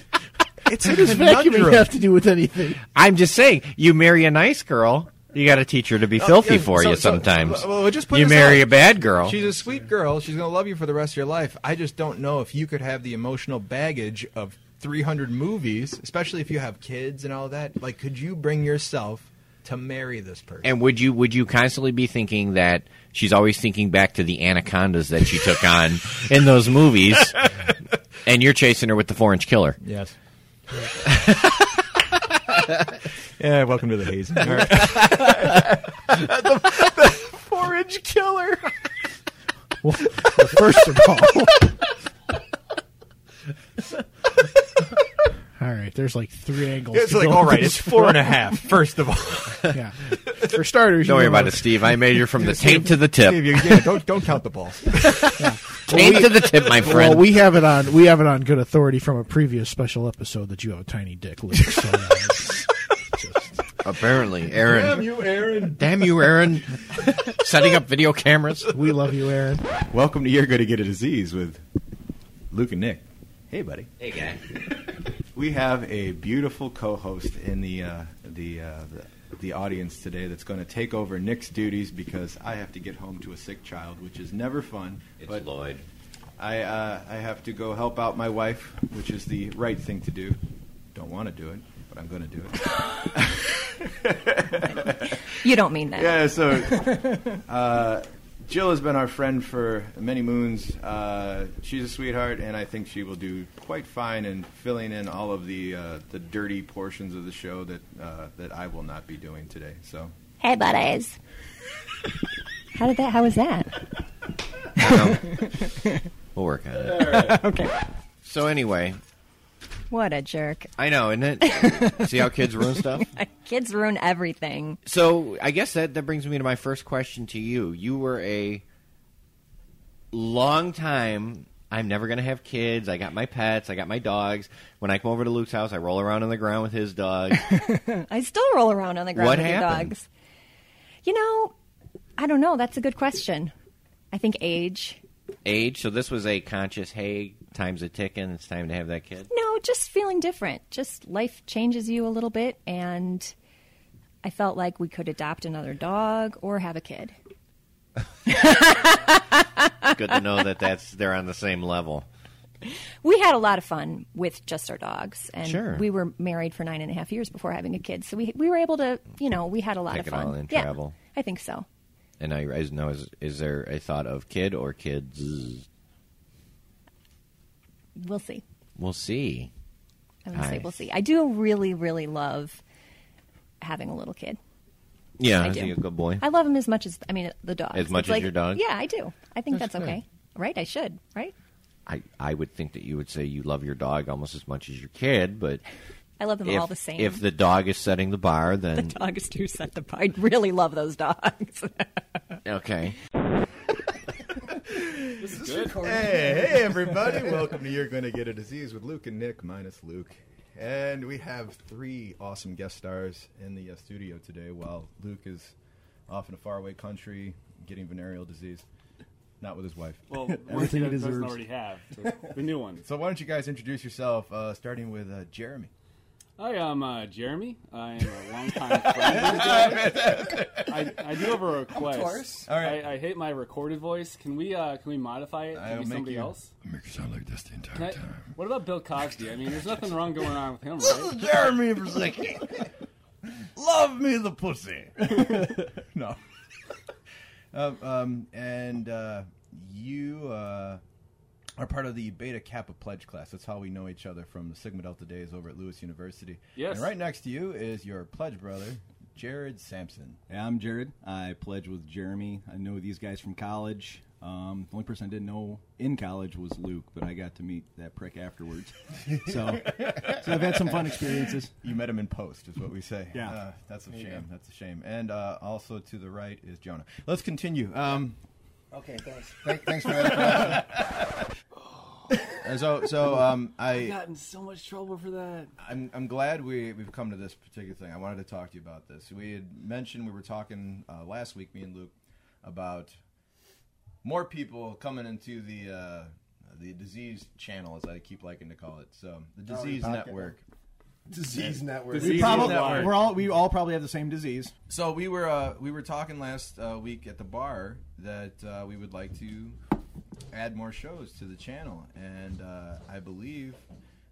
Speaker 1: it's
Speaker 8: what
Speaker 1: a
Speaker 8: does vacuuming
Speaker 1: conundrum.
Speaker 8: have to do with anything?
Speaker 3: I'm just saying, you marry a nice girl, you got to teach her to be
Speaker 1: Oh,
Speaker 3: filthy
Speaker 1: yeah,
Speaker 3: for
Speaker 1: so-
Speaker 3: you
Speaker 1: so-
Speaker 3: sometimes.
Speaker 1: well, well, just put
Speaker 3: you
Speaker 1: this
Speaker 3: marry
Speaker 1: out.
Speaker 3: a bad girl.
Speaker 1: She's a sweet girl. She's going to love you for the rest of your life. I just don't know if you could have the emotional baggage of 300 movies, especially if you have kids and all that. Like, could you bring yourself to marry this person?
Speaker 3: And would you would you constantly be thinking that she's always thinking back to the anacondas that she took on in those movies, and you're chasing her with the four inch killer?
Speaker 1: Yes. yeah, welcome to the haze. All right.
Speaker 8: the,
Speaker 1: four-inch killer.
Speaker 8: Well, well, first of all, all right. There's like three angles.
Speaker 1: It's
Speaker 8: to
Speaker 1: like,
Speaker 8: go
Speaker 1: all
Speaker 8: with
Speaker 1: right,
Speaker 8: this
Speaker 1: it's four and a
Speaker 8: one.
Speaker 1: half, first of all.
Speaker 8: yeah. For starters,
Speaker 3: Don't
Speaker 8: you
Speaker 3: worry
Speaker 8: know,
Speaker 3: about it, Steve. I measure from the taint to the tip.
Speaker 1: Steve, you- yeah, don't don't count the balls.
Speaker 3: Taint to the tip, my friend.
Speaker 8: Well, we have it on we have it on good authority from a previous special episode that you have a tiny dick, Luke. So, uh,
Speaker 3: Apparently, Aaron.
Speaker 8: Damn
Speaker 1: you, Aaron.
Speaker 3: Damn you, Aaron. Setting up video cameras.
Speaker 8: We love you, Aaron.
Speaker 1: Welcome to You're Going to Get a Disease with Luke and Nick. Hey, buddy.
Speaker 2: Hey, guy.
Speaker 1: We have a beautiful co-host in the uh, the, uh, the the audience today that's going to take over Nick's duties because I have to get home to a sick child, which is never fun. It's but Lloyd. I uh, I have to go help out my wife, which is the right thing to do. Don't want to do it, but I'm going to do it.
Speaker 16: You don't mean that.
Speaker 1: Yeah. So uh, Jill has been our friend for many moons. Uh, she's a sweetheart, and I think she will do quite fine in filling in all of the uh, the dirty portions of the show that uh, that I will not be doing today. So
Speaker 16: Hey, buddies. How did that? How was that?
Speaker 3: We'll work on
Speaker 16: All right.
Speaker 3: it.
Speaker 16: Okay.
Speaker 3: So anyway,
Speaker 16: What a jerk.
Speaker 3: I know, isn't it? See how kids ruin stuff.
Speaker 16: Kids ruin everything.
Speaker 3: So I guess that that brings me to my first question to you. You were a long time. I'm never going to have kids. I got my pets. I got my dogs. When I come over to Luke's house, I roll around on the ground with his dog.
Speaker 16: I still roll around on the ground
Speaker 3: What
Speaker 16: with your
Speaker 3: happened?
Speaker 16: dogs. You know, I don't know. That's a good question. I think age.
Speaker 3: Age. So this was a conscious. Hey, time's a ticking. It's time to have that kid.
Speaker 16: No, just feeling different. Just life changes you a little bit, and I felt like we could adopt another dog or have a kid.
Speaker 3: It's good to know that that's they're on the same level.
Speaker 16: We had a lot of fun with just our dogs, and
Speaker 3: Sure.
Speaker 16: we were married for nine and a half years before having a kid. So we we were able to, you know, we had a lot
Speaker 3: Take
Speaker 16: of
Speaker 3: it
Speaker 16: fun.
Speaker 3: all in,
Speaker 16: yeah,
Speaker 3: travel.
Speaker 16: I think so.
Speaker 3: And I I know is is there a thought of kid or kids?
Speaker 16: We'll see.
Speaker 3: We'll see.
Speaker 16: I would say
Speaker 3: Nice.
Speaker 16: we'll see. I do really, really love having a little kid.
Speaker 3: Yeah,
Speaker 16: I
Speaker 3: I
Speaker 16: do.
Speaker 3: think you're a good boy.
Speaker 16: I love him as much as I mean the dog.
Speaker 3: As much
Speaker 16: It's
Speaker 3: as your dog?
Speaker 16: Yeah, I do. I think
Speaker 3: That's
Speaker 16: that's,
Speaker 3: good.
Speaker 16: okay. Right? I should. Right?
Speaker 3: I, I would think that you would say you love your dog almost as much as your kid, but
Speaker 16: I love them
Speaker 3: if-
Speaker 16: all the same.
Speaker 3: If the dog is setting the bar,
Speaker 16: the
Speaker 3: then
Speaker 16: dogs do set the. I really love those dogs.
Speaker 3: okay.
Speaker 17: This is recording.
Speaker 1: Hey, hey, everybody! Welcome to You're Gonna Get a Disease with Luke and Nick, minus Luke, and we have three awesome guest stars in the uh, studio today. While Luke is off in a faraway country getting venereal disease, not with his wife.
Speaker 18: Well, worse than that person already have, so the new one.
Speaker 1: So why don't you guys introduce yourself, uh, starting with uh, Jeremy?
Speaker 18: Hi, I'm uh, Jeremy. I am a longtime friend. I, I do have a request.
Speaker 1: Of course.
Speaker 18: All right. I, I hate my recorded voice. Can we uh, can we modify it to
Speaker 1: I'll
Speaker 18: be
Speaker 1: make
Speaker 18: somebody
Speaker 1: you-
Speaker 18: else?
Speaker 1: Make you sound like this the entire
Speaker 18: Can I- what about Bill Cosby? I mean, there's nothing wrong going on with him,
Speaker 1: This
Speaker 18: right?
Speaker 1: is Jeremy Brzezinski. Love me the pussy. no. um, um, and uh, you uh, are part of the Beta Kappa Pledge class. That's how we know each other from the Sigma Delta days over at Lewis University.
Speaker 18: Yes.
Speaker 1: And right next to you is your pledge brother, Jared Sampson.
Speaker 19: Yeah, I'm Jared. I pledge with Jeremy. I know these guys from college. Um, the only person I didn't know in college was Luke, but I got to meet that prick afterwards. so, so I've had some fun experiences.
Speaker 1: You met him in post, is what we say.
Speaker 19: Yeah.
Speaker 1: Uh, that's a
Speaker 19: There you
Speaker 1: shame.
Speaker 19: go.
Speaker 1: That's a shame. And uh, also to the right is Jonah. Let's continue. Um,
Speaker 4: Okay, thanks.
Speaker 1: Thank- thanks for that. And so, so um,
Speaker 18: I've
Speaker 1: I,
Speaker 18: gotten so much trouble for that.
Speaker 1: I'm, I'm glad we, we've come to this particular thing. I wanted to talk to you about this. We had mentioned we were talking uh, last week, me and Luke, about more people coming into the uh, the disease channel, as I keep liking to call it. So the
Speaker 4: Oh,
Speaker 1: disease
Speaker 4: okay.
Speaker 1: network.
Speaker 4: Disease
Speaker 1: Yeah.
Speaker 4: network.
Speaker 19: we probably, We're all, we all probably have the same disease.
Speaker 1: So we were uh, we were talking last uh, week at the bar that uh, we would like to add more shows to the channel, and uh, I believe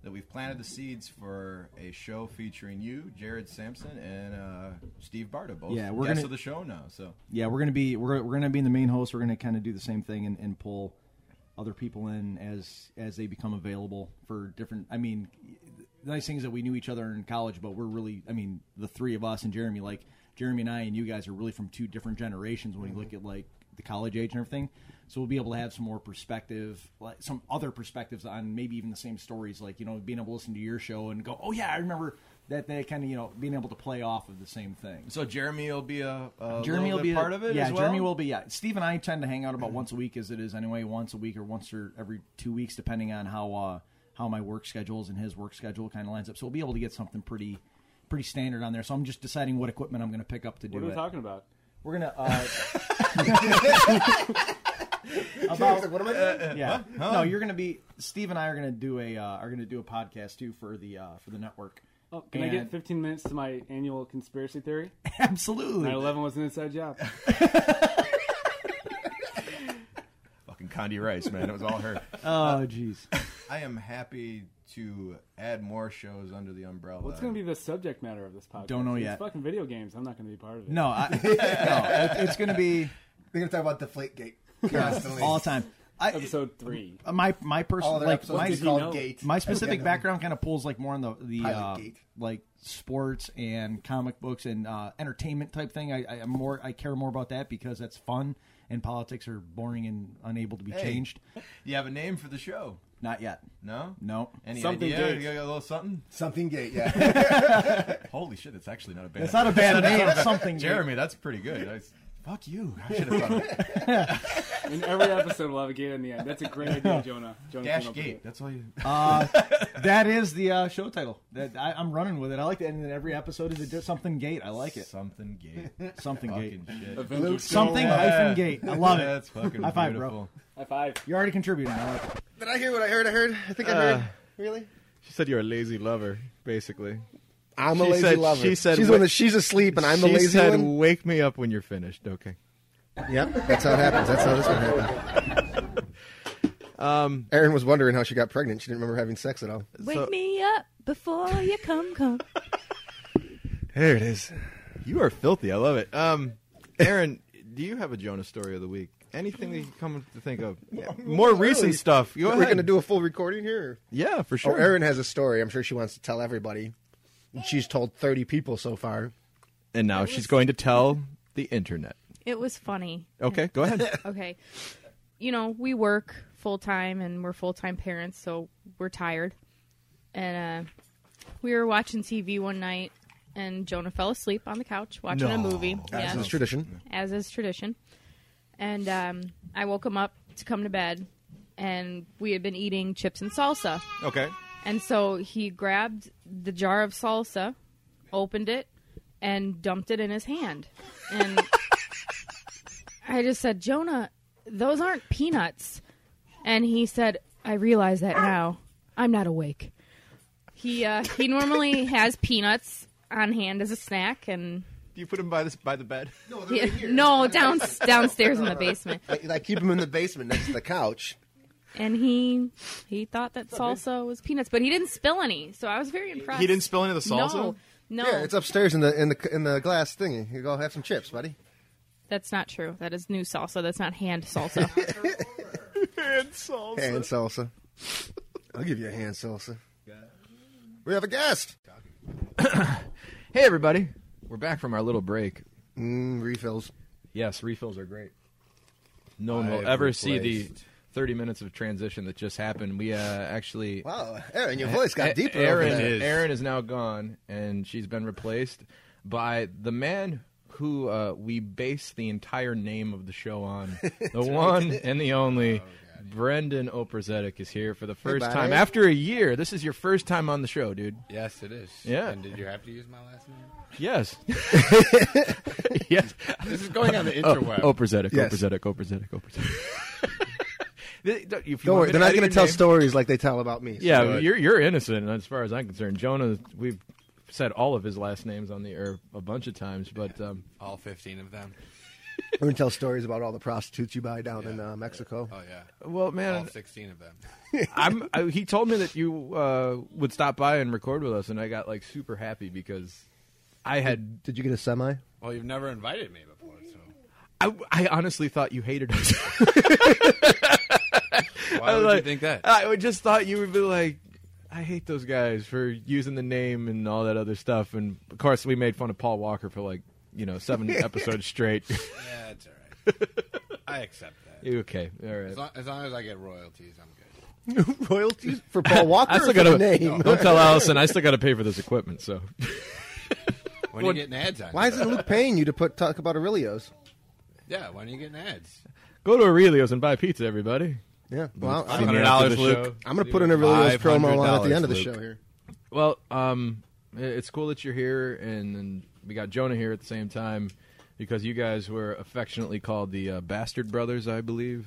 Speaker 1: that we've planted the seeds for a show featuring you, Jared Sampson, and uh, Steve Barta, both
Speaker 19: Yeah, we're
Speaker 1: guests
Speaker 19: gonna-
Speaker 1: of the show now. So
Speaker 19: Yeah, we're gonna be we're, we're gonna be in the main host. We're gonna kind of do the same thing and, and pull other people in as as they become available for different. I mean, the nice thing is that we knew each other in college, but we're really I mean the three of us and Jeremy like Jeremy and I and you guys are really from two different generations
Speaker 1: Mm-hmm.
Speaker 19: when we look at like the college age and everything. So we'll be able to have some more perspective, like some other perspectives on maybe even the same stories. Like you know, being able to listen to your show and go, oh yeah, I remember that. That kind of you know being able to play off of the same thing.
Speaker 1: so Jeremy will be a, a
Speaker 19: Jeremy
Speaker 1: little
Speaker 19: will
Speaker 1: bit
Speaker 19: be
Speaker 1: part of it.
Speaker 19: Yeah,
Speaker 1: as well?
Speaker 19: Jeremy will be. Yeah, Steve and I tend to hang out about once a week, as it is anyway, once a week or once or every two weeks, depending on how uh, how my work schedules and his work schedule kind of lines up. So we'll be able to get something pretty pretty standard on there. So I'm just deciding what equipment I'm going to pick up to do
Speaker 18: What are we
Speaker 19: it.
Speaker 18: talking about?
Speaker 19: We're gonna. Uh,
Speaker 4: About, what am I
Speaker 1: Uh,
Speaker 4: doing?
Speaker 19: yeah.
Speaker 4: Huh?
Speaker 19: No, you're going to be. Steve and I are going to do a uh, are going to do a podcast too for the uh, for the network.
Speaker 18: Oh, Can I
Speaker 19: And-
Speaker 18: get 15 minutes to my annual conspiracy theory?
Speaker 19: Absolutely.
Speaker 18: 9/11 was an inside job.
Speaker 1: Fucking Condi Rice, man. It was all her.
Speaker 19: Oh, jeez.
Speaker 1: I am happy to add more shows under the umbrella.
Speaker 18: What's going to be the subject matter of this podcast?
Speaker 19: Don't know
Speaker 18: It's
Speaker 19: yet.
Speaker 18: fucking video games. I'm not going to be part of it.
Speaker 19: No, I, no, it- it's going to be
Speaker 4: They're gonna talk about Deflategate
Speaker 19: constantly.
Speaker 4: constantly.
Speaker 19: all the time.
Speaker 18: episode three.
Speaker 19: Uh, my my personal
Speaker 4: All their
Speaker 19: like
Speaker 4: episodes
Speaker 19: my,
Speaker 4: is called What did he know?
Speaker 19: my
Speaker 4: Gate.
Speaker 19: specific
Speaker 4: Yeah.
Speaker 19: background kind of pulls like more on the the
Speaker 4: Pilot
Speaker 19: uh,
Speaker 4: Gate.
Speaker 19: like sports and comic books and uh, entertainment type thing. I, I I'm more I care more about that because that's fun and politics are boring and unable to be
Speaker 1: Hey,
Speaker 19: changed.
Speaker 1: You have a name for the show?
Speaker 19: Not yet.
Speaker 1: No.
Speaker 19: No.
Speaker 1: Any
Speaker 19: Something
Speaker 1: idea?
Speaker 19: gate.
Speaker 1: You got a little something?
Speaker 4: Something gate, yeah.
Speaker 1: Holy shit! It's actually not a bad.
Speaker 19: That's not a bad
Speaker 1: That's
Speaker 19: name,
Speaker 1: not a
Speaker 19: something gate.
Speaker 1: Jeremy, that's pretty good. I, fuck you. I should have thought. Of
Speaker 18: In every episode, we'll have a gate in the end. That's a great idea, Jonah. Jonah
Speaker 1: Dash
Speaker 18: came up with
Speaker 1: gate.
Speaker 18: it.
Speaker 1: That's all you.
Speaker 19: Uh, that is the uh, show title. That I, I'm running with it. I like to end every episode is a di- something gate. I like it.
Speaker 1: Something gate.
Speaker 19: Something gate.
Speaker 1: Fucking shit.
Speaker 19: Luke,
Speaker 1: Avengers
Speaker 19: something
Speaker 1: Go.
Speaker 19: hyphen
Speaker 1: Yeah.
Speaker 19: gate. I love it.
Speaker 1: That's fucking
Speaker 19: High five,
Speaker 1: beautiful.
Speaker 19: bro.
Speaker 18: High five.
Speaker 19: You're already contributing. I like it.
Speaker 4: Did I hear what I heard? I heard. I think I
Speaker 19: Uh,
Speaker 4: heard. Really?
Speaker 1: She said you're a lazy lover, basically.
Speaker 4: I'm a
Speaker 1: She
Speaker 4: lazy
Speaker 1: said-
Speaker 4: lover.
Speaker 1: She said
Speaker 4: She's
Speaker 1: wa-
Speaker 4: one that- she's asleep and I'm a
Speaker 1: she
Speaker 4: lazy
Speaker 1: said,
Speaker 4: one?
Speaker 1: "Wake me up when you're finished." Okay.
Speaker 4: Yep, that's how it happens. That's how this one happened. Um, Erin was wondering how she got pregnant. She didn't remember having sex at all.
Speaker 16: Wake me up before you come come.
Speaker 1: There it is. You are filthy. I love it. Um, Aaron, do you have a Jonah story of the week? Anything that you come to think of? More recent stuff. Go
Speaker 4: We're
Speaker 1: ahead.
Speaker 4: going to do a full recording here.
Speaker 1: Yeah, for sure.
Speaker 4: Oh, Erin has a story. I'm sure she wants to tell everybody. She's told 30 people so far.
Speaker 6: And now she's going to tell the internet.
Speaker 5: It was funny.
Speaker 6: Okay, go ahead.
Speaker 5: okay. You know, we work full time and we're full time parents, so we're tired. And uh, we were watching TV one night, and Jonah fell asleep on the couch watching a
Speaker 4: No.
Speaker 5: movie.
Speaker 4: As is tradition.
Speaker 5: As is tradition. And um, I woke him up to come to bed, and we had been eating chips and salsa.
Speaker 6: Okay.
Speaker 5: And so he grabbed the jar of salsa, opened it, and dumped it in his hand. And I just said, Jonah, those aren't peanuts. And he said, I realize that now. I'm not awake. He uh, he normally has peanuts on hand as a snack, and
Speaker 6: Do you put him by this by the bed?
Speaker 5: Yeah, no down downstairs in the basement.
Speaker 4: I, I keep him in the basement next to the couch.
Speaker 5: And he he thought that salsa was peanuts, but he didn't spill any, so I was very impressed.
Speaker 4: didn't spill any of the salsa?
Speaker 5: No, no.
Speaker 4: Yeah, it's upstairs in the in the in the glass thingy. You go have some chips, buddy.
Speaker 5: That's not true. That is new salsa. That's not hand salsa.
Speaker 6: hand salsa.
Speaker 4: Hand salsa. I'll give you a hand salsa. We have a guest.
Speaker 1: hey, everybody. We're back from our little break.
Speaker 4: Mm, refills.
Speaker 1: Yes, refills are great. No one will
Speaker 6: I've
Speaker 1: ever see the 30 minutes of transition that just happened. We uh, actually.
Speaker 4: Wow, Aaron, your voice got
Speaker 1: A-
Speaker 4: deeper over
Speaker 1: Aaron
Speaker 4: there.
Speaker 1: is. Aaron is now gone, and she's been replaced by the man who uh, we base the entire name of the show on. the
Speaker 6: right.
Speaker 1: one and the
Speaker 4: Oh,
Speaker 1: only. Brendan Oprzetic is here for the first
Speaker 6: Goodbye.
Speaker 1: time after a year. This is your first time on the show, dude.
Speaker 20: Yes, it is.
Speaker 1: Yeah.
Speaker 20: And did you have to use my last name?
Speaker 1: Yes. yes.
Speaker 20: This is going on the
Speaker 1: Oh,
Speaker 20: interweb.
Speaker 1: Oprzetic,
Speaker 4: Yes.
Speaker 1: Oprzetic, Oprzetic, Oprzetic. If you
Speaker 4: Don't
Speaker 1: want
Speaker 4: worry,
Speaker 1: me
Speaker 4: they're not going
Speaker 1: edit
Speaker 4: to
Speaker 1: your
Speaker 4: tell
Speaker 1: name-
Speaker 4: stories like they tell about me. so-
Speaker 1: Yeah, you're you're innocent as far as I'm concerned. Jonah, we've said all of his last names on the air a bunch of times, but um,
Speaker 20: all 15 of them.
Speaker 4: We're going to tell stories about all the prostitutes you buy down in uh, Mexico.
Speaker 20: Oh yeah.
Speaker 1: Well, man,
Speaker 20: all 16 of them.
Speaker 1: I'm. I, he told me that you uh, would stop by and record with us, and I got like super happy because I had.
Speaker 4: Did you get a semi?
Speaker 20: Well, you've never invited me before, so
Speaker 1: I, I honestly thought you hated us.
Speaker 20: Why
Speaker 1: I was
Speaker 20: would you
Speaker 1: like-
Speaker 20: think that?
Speaker 1: I just thought you would be like, I hate those guys for using the name and all that other stuff. And of course, we made fun of Paul Walker for like, you know, seven episodes straight.
Speaker 20: yeah, it's all right. I accept that.
Speaker 1: You okay? All right.
Speaker 20: As long, as long as I get royalties, I'm good.
Speaker 4: Royalties for Paul Walker.
Speaker 1: I still
Speaker 4: or for
Speaker 1: gotta
Speaker 4: the name.
Speaker 1: don't tell Allison. I still got to pay for this equipment. So
Speaker 20: When are you getting ads on?
Speaker 4: Why
Speaker 20: it?
Speaker 4: isn't Luke paying you to put talk about Aurelio's?
Speaker 20: Yeah, when are you getting ads?
Speaker 1: go to Aurelio's and buy pizza, everybody.
Speaker 4: Yeah, well,
Speaker 1: See me
Speaker 4: I'm-
Speaker 1: after the
Speaker 4: $100,
Speaker 1: show.
Speaker 4: Luke. I'm gonna put an Aurelio's promo on at the end of the
Speaker 1: $500,
Speaker 4: show here.
Speaker 1: Well, um, i- it's cool that you're here, and, and we got Jonah here at the same time because you guys were affectionately called the uh, Bastard Brothers, I believe.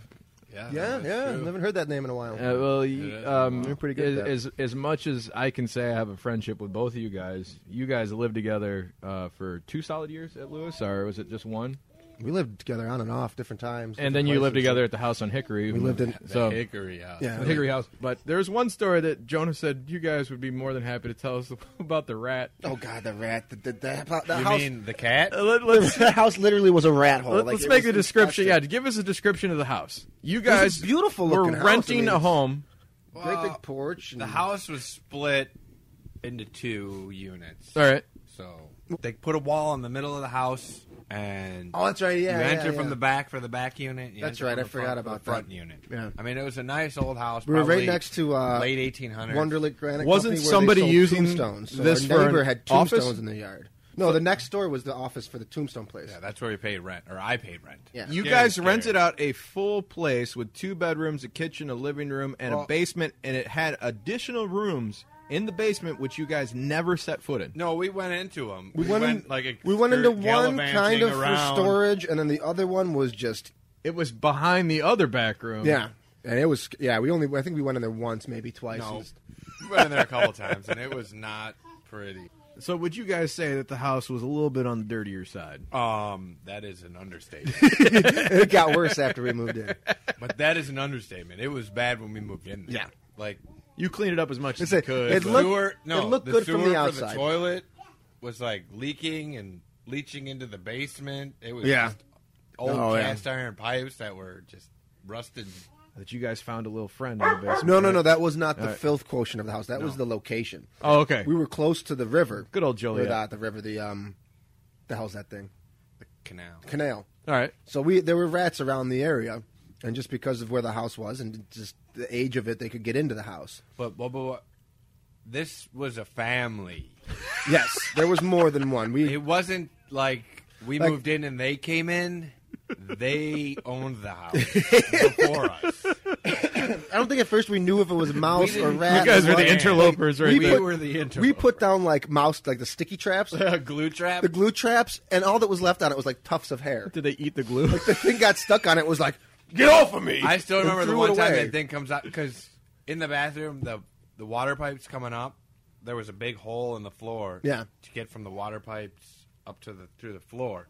Speaker 20: Yeah,
Speaker 4: yeah, yeah. Haven't heard that name in a while.
Speaker 1: Uh, well, you, um,
Speaker 4: You're pretty good at that.
Speaker 1: As, as as much as I can say, I have a friendship with both of you guys. You guys lived together uh, for two solid years at Lewis, or was it just one?
Speaker 4: we lived together on and off different times.
Speaker 1: And
Speaker 4: different
Speaker 1: then you lived
Speaker 4: places.
Speaker 1: together at the house on Hickory.
Speaker 4: We lived in-
Speaker 1: so,
Speaker 4: The Hickory house.
Speaker 1: Yeah,
Speaker 4: Yeah.
Speaker 1: the Hickory house. But there's one story that Jonah said you guys would be more than happy to tell us about the rat.
Speaker 4: Oh God, the rat! The, the, the, the
Speaker 20: you
Speaker 4: house.
Speaker 20: mean the cat?
Speaker 4: Uh,
Speaker 1: Let, us
Speaker 4: the house literally was a rat hole.
Speaker 1: Let,
Speaker 4: Oh, Like,
Speaker 1: us
Speaker 4: it
Speaker 1: make
Speaker 4: was
Speaker 1: a description.
Speaker 4: disgusting.
Speaker 1: Yeah, give us a description of the house. You
Speaker 4: It was a
Speaker 1: guys
Speaker 4: beautiful
Speaker 1: were
Speaker 4: looking house. I
Speaker 1: renting
Speaker 4: mean,
Speaker 1: a home.
Speaker 4: Great big porch.
Speaker 20: The house was split into two units.
Speaker 1: All right.
Speaker 20: So they put a wall in the middle of the house, and
Speaker 4: Oh, that's right, yeah,
Speaker 20: you
Speaker 4: yeah,
Speaker 20: enter from
Speaker 4: yeah.
Speaker 20: the back for the back unit. you
Speaker 4: That's
Speaker 20: enter
Speaker 4: right,
Speaker 20: from
Speaker 4: I
Speaker 20: the front
Speaker 4: forgot
Speaker 20: for
Speaker 4: about
Speaker 20: the front
Speaker 4: that.
Speaker 20: unit.
Speaker 4: Yeah.
Speaker 20: I mean it was a nice old house.
Speaker 4: We were right
Speaker 20: probably
Speaker 4: next to uh,
Speaker 20: late 1800s.
Speaker 4: Wonderlick Granite.
Speaker 1: Wasn't
Speaker 4: Company where
Speaker 1: somebody
Speaker 4: they sold
Speaker 1: using
Speaker 4: tombstones? So
Speaker 1: this for
Speaker 4: our
Speaker 1: an
Speaker 4: neighbor had
Speaker 1: office?
Speaker 4: tombstones in the yard. No, the next door was the office for the tombstone place.
Speaker 20: Yeah, that's where we paid rent, or I paid rent.
Speaker 4: Yeah.
Speaker 1: You
Speaker 20: Scary,
Speaker 1: guys
Speaker 20: scary.
Speaker 1: rented out a full place with two bedrooms, a kitchen, a living room, and a
Speaker 20: Well-
Speaker 1: basement, and it had additional rooms in the basement which you guys never set foot in.
Speaker 20: No, we went into them.
Speaker 1: We
Speaker 4: went in-
Speaker 20: like a
Speaker 4: we went into one
Speaker 20: gallivanting
Speaker 4: kind of
Speaker 20: around.
Speaker 4: for storage, and then the other one was just
Speaker 1: it was behind the other back room.
Speaker 4: Yeah, and it was yeah. We only I think we went in there once, maybe twice.
Speaker 20: No,
Speaker 4: And just-
Speaker 20: we went in there a couple times, and it was not pretty.
Speaker 1: So would you guys say that the house was a little bit on the dirtier side?
Speaker 20: Um, that is an understatement.
Speaker 4: it got worse after we moved in.
Speaker 20: But that is an understatement. It was bad when we moved in. There. Yeah, like
Speaker 1: you cleaned it up as much
Speaker 4: as you could, it but- looked- it looked good from the outside.
Speaker 20: toilet was like leaking and leaching into the basement. It was
Speaker 1: Yeah.
Speaker 20: just old
Speaker 1: Oh, yeah.
Speaker 20: cast iron pipes that were just rusted.
Speaker 1: That you guys found a little friend in the basement.
Speaker 4: No, no,
Speaker 1: right?
Speaker 4: no. That was not the
Speaker 1: All right.
Speaker 4: filth quotient of the house. That was
Speaker 1: No.
Speaker 4: the location.
Speaker 1: Oh, okay.
Speaker 4: We were close to the river.
Speaker 1: Good old Joliet.
Speaker 4: Or not the river. The um, the hell's that thing?
Speaker 20: Canal.
Speaker 4: canal.
Speaker 3: All right.
Speaker 4: So we there were rats around the area, and just because of where the house was and just the age of it, they could get into the house.
Speaker 20: But, but, but this was a family.
Speaker 4: Yes, there was more than one. We
Speaker 20: It wasn't like we
Speaker 4: Like-
Speaker 20: moved in and they came in. They owned the house before us.
Speaker 4: I don't think at first we knew if it was mouse
Speaker 20: We
Speaker 4: or
Speaker 20: didn't-
Speaker 4: rat.
Speaker 20: You guys
Speaker 4: or
Speaker 20: were
Speaker 4: what.
Speaker 20: the interlopers right there. We were the
Speaker 4: We
Speaker 20: interlopers.
Speaker 4: put down like mouse, like the sticky traps,
Speaker 20: glue trap,
Speaker 4: the glue traps, and all that was left on it was like tufts of hair. Did
Speaker 21: they eat the glue?
Speaker 4: Like the thing got stuck on it was like, get off of me!
Speaker 20: I still
Speaker 4: And
Speaker 20: remember the
Speaker 4: threw
Speaker 20: one
Speaker 4: it
Speaker 20: time
Speaker 4: away.
Speaker 20: that thing comes out because in the bathroom the the water pipes coming up, there was a big hole in the floor.
Speaker 4: Yeah.
Speaker 20: To get from the water pipes up to the through the floor,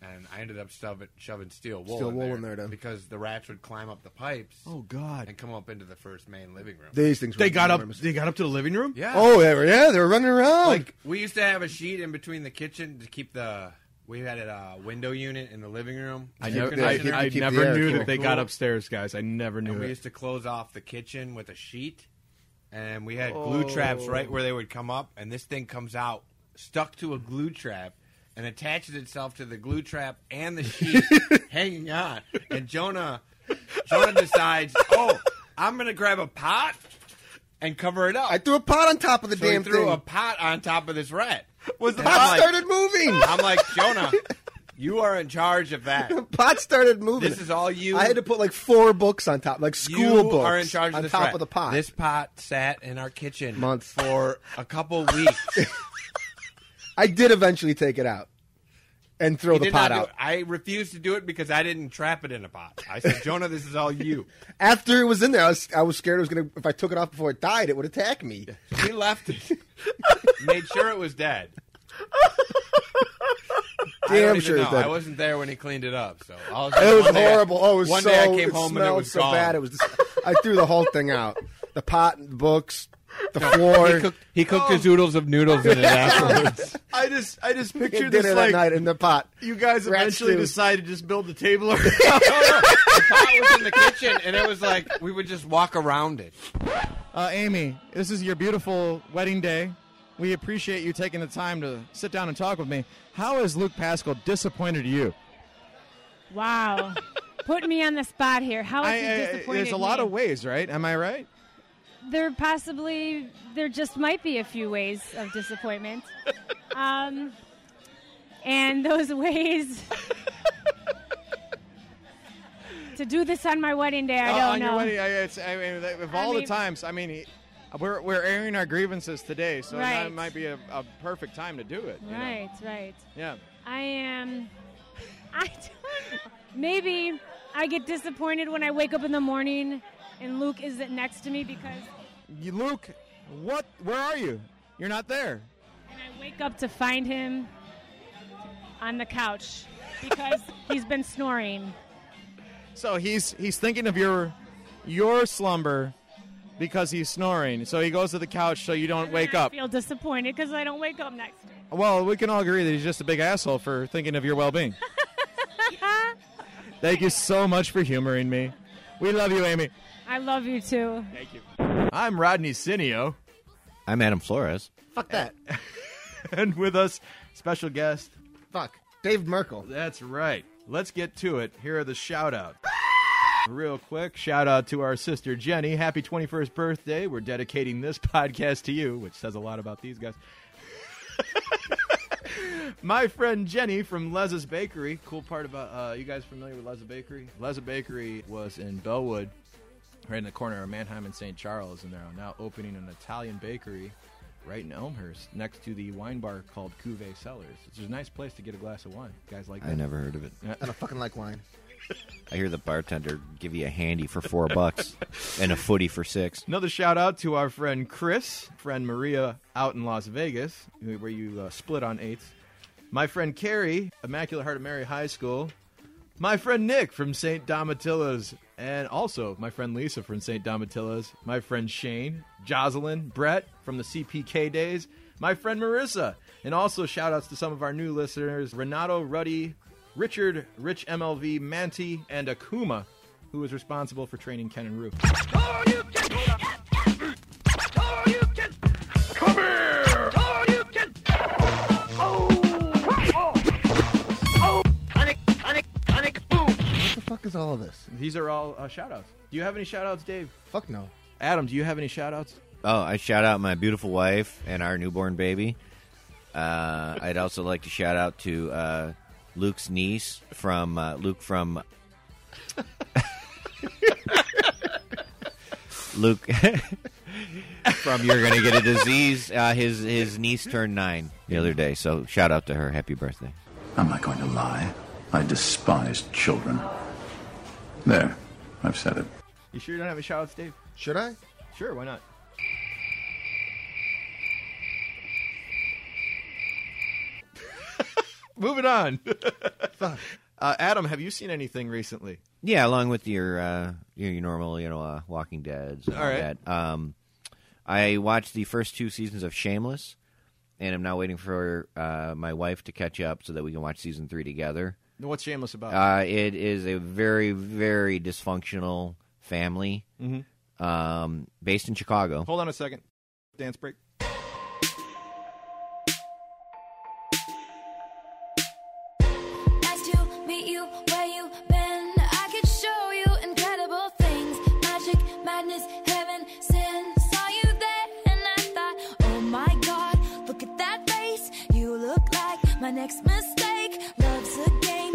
Speaker 20: and I ended up shoving, shoving steel wool
Speaker 4: Steel
Speaker 20: in
Speaker 4: wool
Speaker 20: there,
Speaker 4: in there, then.
Speaker 20: because the rats would climb up the pipes.
Speaker 4: Oh, God.
Speaker 20: And come up into the first main living room.
Speaker 4: These things were
Speaker 20: They got up-
Speaker 4: enormous.
Speaker 20: they got up to the living room? Yeah.
Speaker 4: Oh, they were, yeah, they were running around.
Speaker 20: Like we used to have a sheet in between the kitchen to keep the. We had a window unit in the living room.
Speaker 1: I
Speaker 20: Air
Speaker 1: never, I,
Speaker 20: conditioner.
Speaker 1: I never knew that they got upstairs, guys. I never knew
Speaker 20: And we
Speaker 1: it.
Speaker 20: used to close off the kitchen with a sheet, and we had glue traps
Speaker 1: Oh.
Speaker 20: right where they would come up, and this thing comes out stuck to a glue trap and attaches itself to the glue trap and the sheet hanging on. And Jonah, Jonah decides, oh, I'm gonna grab a pot and cover it up. I
Speaker 4: threw a pot on top of the
Speaker 20: so he
Speaker 4: damn
Speaker 20: threw
Speaker 4: thing.
Speaker 20: a pot on top of this rat.
Speaker 4: Was the
Speaker 20: And
Speaker 4: pot
Speaker 20: I'm like-
Speaker 4: started moving?
Speaker 20: I'm like Jonah. You are in charge of that.
Speaker 4: Pot started moving.
Speaker 20: This is all you.
Speaker 4: I had to put like four books on top, like school
Speaker 20: you
Speaker 4: books,
Speaker 20: are in charge of
Speaker 4: on
Speaker 20: this
Speaker 4: top
Speaker 20: rat.
Speaker 4: of the pot.
Speaker 20: This pot sat in our kitchen
Speaker 4: Months.
Speaker 20: for a couple weeks.
Speaker 4: I did eventually take it out and throw
Speaker 20: He
Speaker 4: the
Speaker 20: did
Speaker 4: pot
Speaker 20: not do
Speaker 4: out
Speaker 20: it. I refused to do it because I didn't trap it in a pot. I said, Jonah, this is all you.
Speaker 4: after it was in there. I was, I was scared it was gonna. If I took it off before it died, it would attack me.
Speaker 20: He left it, made sure it was dead. I
Speaker 4: Damn
Speaker 20: don't even
Speaker 4: sure it was
Speaker 20: know.
Speaker 4: dead.
Speaker 20: I wasn't there when he cleaned it up, so all of a
Speaker 4: It
Speaker 20: sudden
Speaker 4: was
Speaker 20: one day I-
Speaker 4: horrible. oh, it was
Speaker 20: one
Speaker 4: so.
Speaker 20: day I came home
Speaker 4: smelled
Speaker 20: and it was
Speaker 4: so
Speaker 20: gone.
Speaker 4: bad. It was. Just, I threw the whole thing out. The pot, and books, the floor.
Speaker 20: He cooked, he cooked his oodles of noodles in it afterwards.
Speaker 1: I just, I just
Speaker 4: Dinner
Speaker 1: picture
Speaker 4: that
Speaker 1: this like
Speaker 4: night in the pot.
Speaker 1: you guys
Speaker 4: Rat
Speaker 1: eventually
Speaker 4: stew.
Speaker 1: decide to just build the table. around-
Speaker 20: pot was in the kitchen, and it was like we would just walk around it.
Speaker 22: Uh, Amy, this is your beautiful wedding day. We appreciate you taking the time to sit down and talk with me. How has Luke Pascal disappointed you?
Speaker 23: Wow. Putting me on the spot here. How
Speaker 22: I-
Speaker 23: is
Speaker 22: I-
Speaker 23: Oh, he disappointed?
Speaker 22: there's a lot
Speaker 23: me?
Speaker 22: of ways, right? Am I right?
Speaker 23: There possibly, there just might be a few ways of disappointment. um, and those ways. to do this on my wedding day, I
Speaker 22: Uh,
Speaker 23: don't
Speaker 22: on
Speaker 23: know.
Speaker 22: Your wedding, I, it's, I mean, that- of
Speaker 23: I
Speaker 22: all
Speaker 23: mean-
Speaker 22: the times, I mean, he- we're, we're airing our grievances today, so
Speaker 23: Right.
Speaker 22: that might be a, a perfect time to do it. you know?
Speaker 23: right, right.
Speaker 22: Yeah.
Speaker 23: I am. I don't know. Maybe I get disappointed when I wake up in the morning and Luke isn't next to me because
Speaker 22: You, Luke, what? Where are you? You're not there.
Speaker 23: I wake up to find him on the couch because he's been snoring.
Speaker 22: So he's he's thinking of your your slumber because he's snoring. So he goes to the couch so you don't wake
Speaker 23: I
Speaker 22: up.
Speaker 23: feel disappointed because I don't wake up next to him.
Speaker 22: Well, we can all agree that he's just a big asshole for thinking of your well-being. Thank you so much for humoring me. We love you, Amy.
Speaker 23: I love you too.
Speaker 22: Thank you. I'm Rodney Cineo,
Speaker 3: I'm Adam Flores.
Speaker 4: Fuck that.
Speaker 22: and with us, special guest.
Speaker 4: Fuck. Dave Merkel.
Speaker 1: That's right. Let's get to it. Here are the shout outs. Real quick, shout out to our sister Jenny. Happy 21st birthday. We're dedicating this podcast to you, which says a lot about these guys. My friend Jenny from Leza's Bakery. Cool part about uh, you guys familiar with Leza Bakery? Leza Bakery was in Bellwood, right in the corner of Manheim and St. Charles, and they're now opening an Italian bakery right in Elmhurst, next to the wine bar called Cuvée Cellars. It's a nice place to get a glass of wine. You guys like that?
Speaker 3: I never heard of it.
Speaker 1: Yeah.
Speaker 4: I don't fucking like wine.
Speaker 3: I hear the bartender give you a handy for four bucks and a footy for six.
Speaker 1: Another shout out to our friend Chris, friend Maria out in Las Vegas, where you uh, split on eights. My friend Carrie, Immaculate Heart of Mary High School. My friend Nick from St. Domitilla's, and also my friend Lisa from St. Domitilla's. My friend Shane, Jocelyn, Brett from the CPK days. My friend Marissa, and also shout outs to some of our new listeners Renato, Ruddy, Richard, Rich MLV, Manti, and Akuma, who is responsible for training Ken and Roof.
Speaker 6: Oh, Oh, Oh,
Speaker 4: of this?
Speaker 6: These are all uh, shout outs. Do you have any shout outs, Dave?
Speaker 4: Fuck no.
Speaker 6: Adam, do you have any shout outs?
Speaker 3: Oh, I shout out my beautiful wife and our newborn baby. Uh, I'd also like to shout out to uh, Luke's niece from uh, Luke from Luke from You're Gonna Get a Disease. Uh, his his niece turned nine the other day, so shout out to her. Happy birthday!
Speaker 24: I'm not going to lie. I despise children. There, I've said it.
Speaker 6: You sure you don't have a shout outs, Dave?
Speaker 4: Should I?
Speaker 6: Sure, why not? Moving on. Uh, Adam, have you seen anything recently?
Speaker 3: Yeah, along with your uh, your, your normal, you know, uh, Walking Dead's and all,
Speaker 6: All right.
Speaker 3: that. Um, I watched the first two seasons of Shameless, and I'm now waiting for uh, my wife to catch up so that we can watch season three together.
Speaker 6: What's Shameless about?
Speaker 3: Uh, it is a very, very dysfunctional family
Speaker 6: Mhm.
Speaker 3: um, based in Chicago.
Speaker 6: Hold on a second. Dance break.
Speaker 25: Nice to meet you where you been. I could show you incredible things. Magic, madness, heaven, sin. Saw you there and I thought, oh my god, look at that face. You look like my next mistake. Love's a game,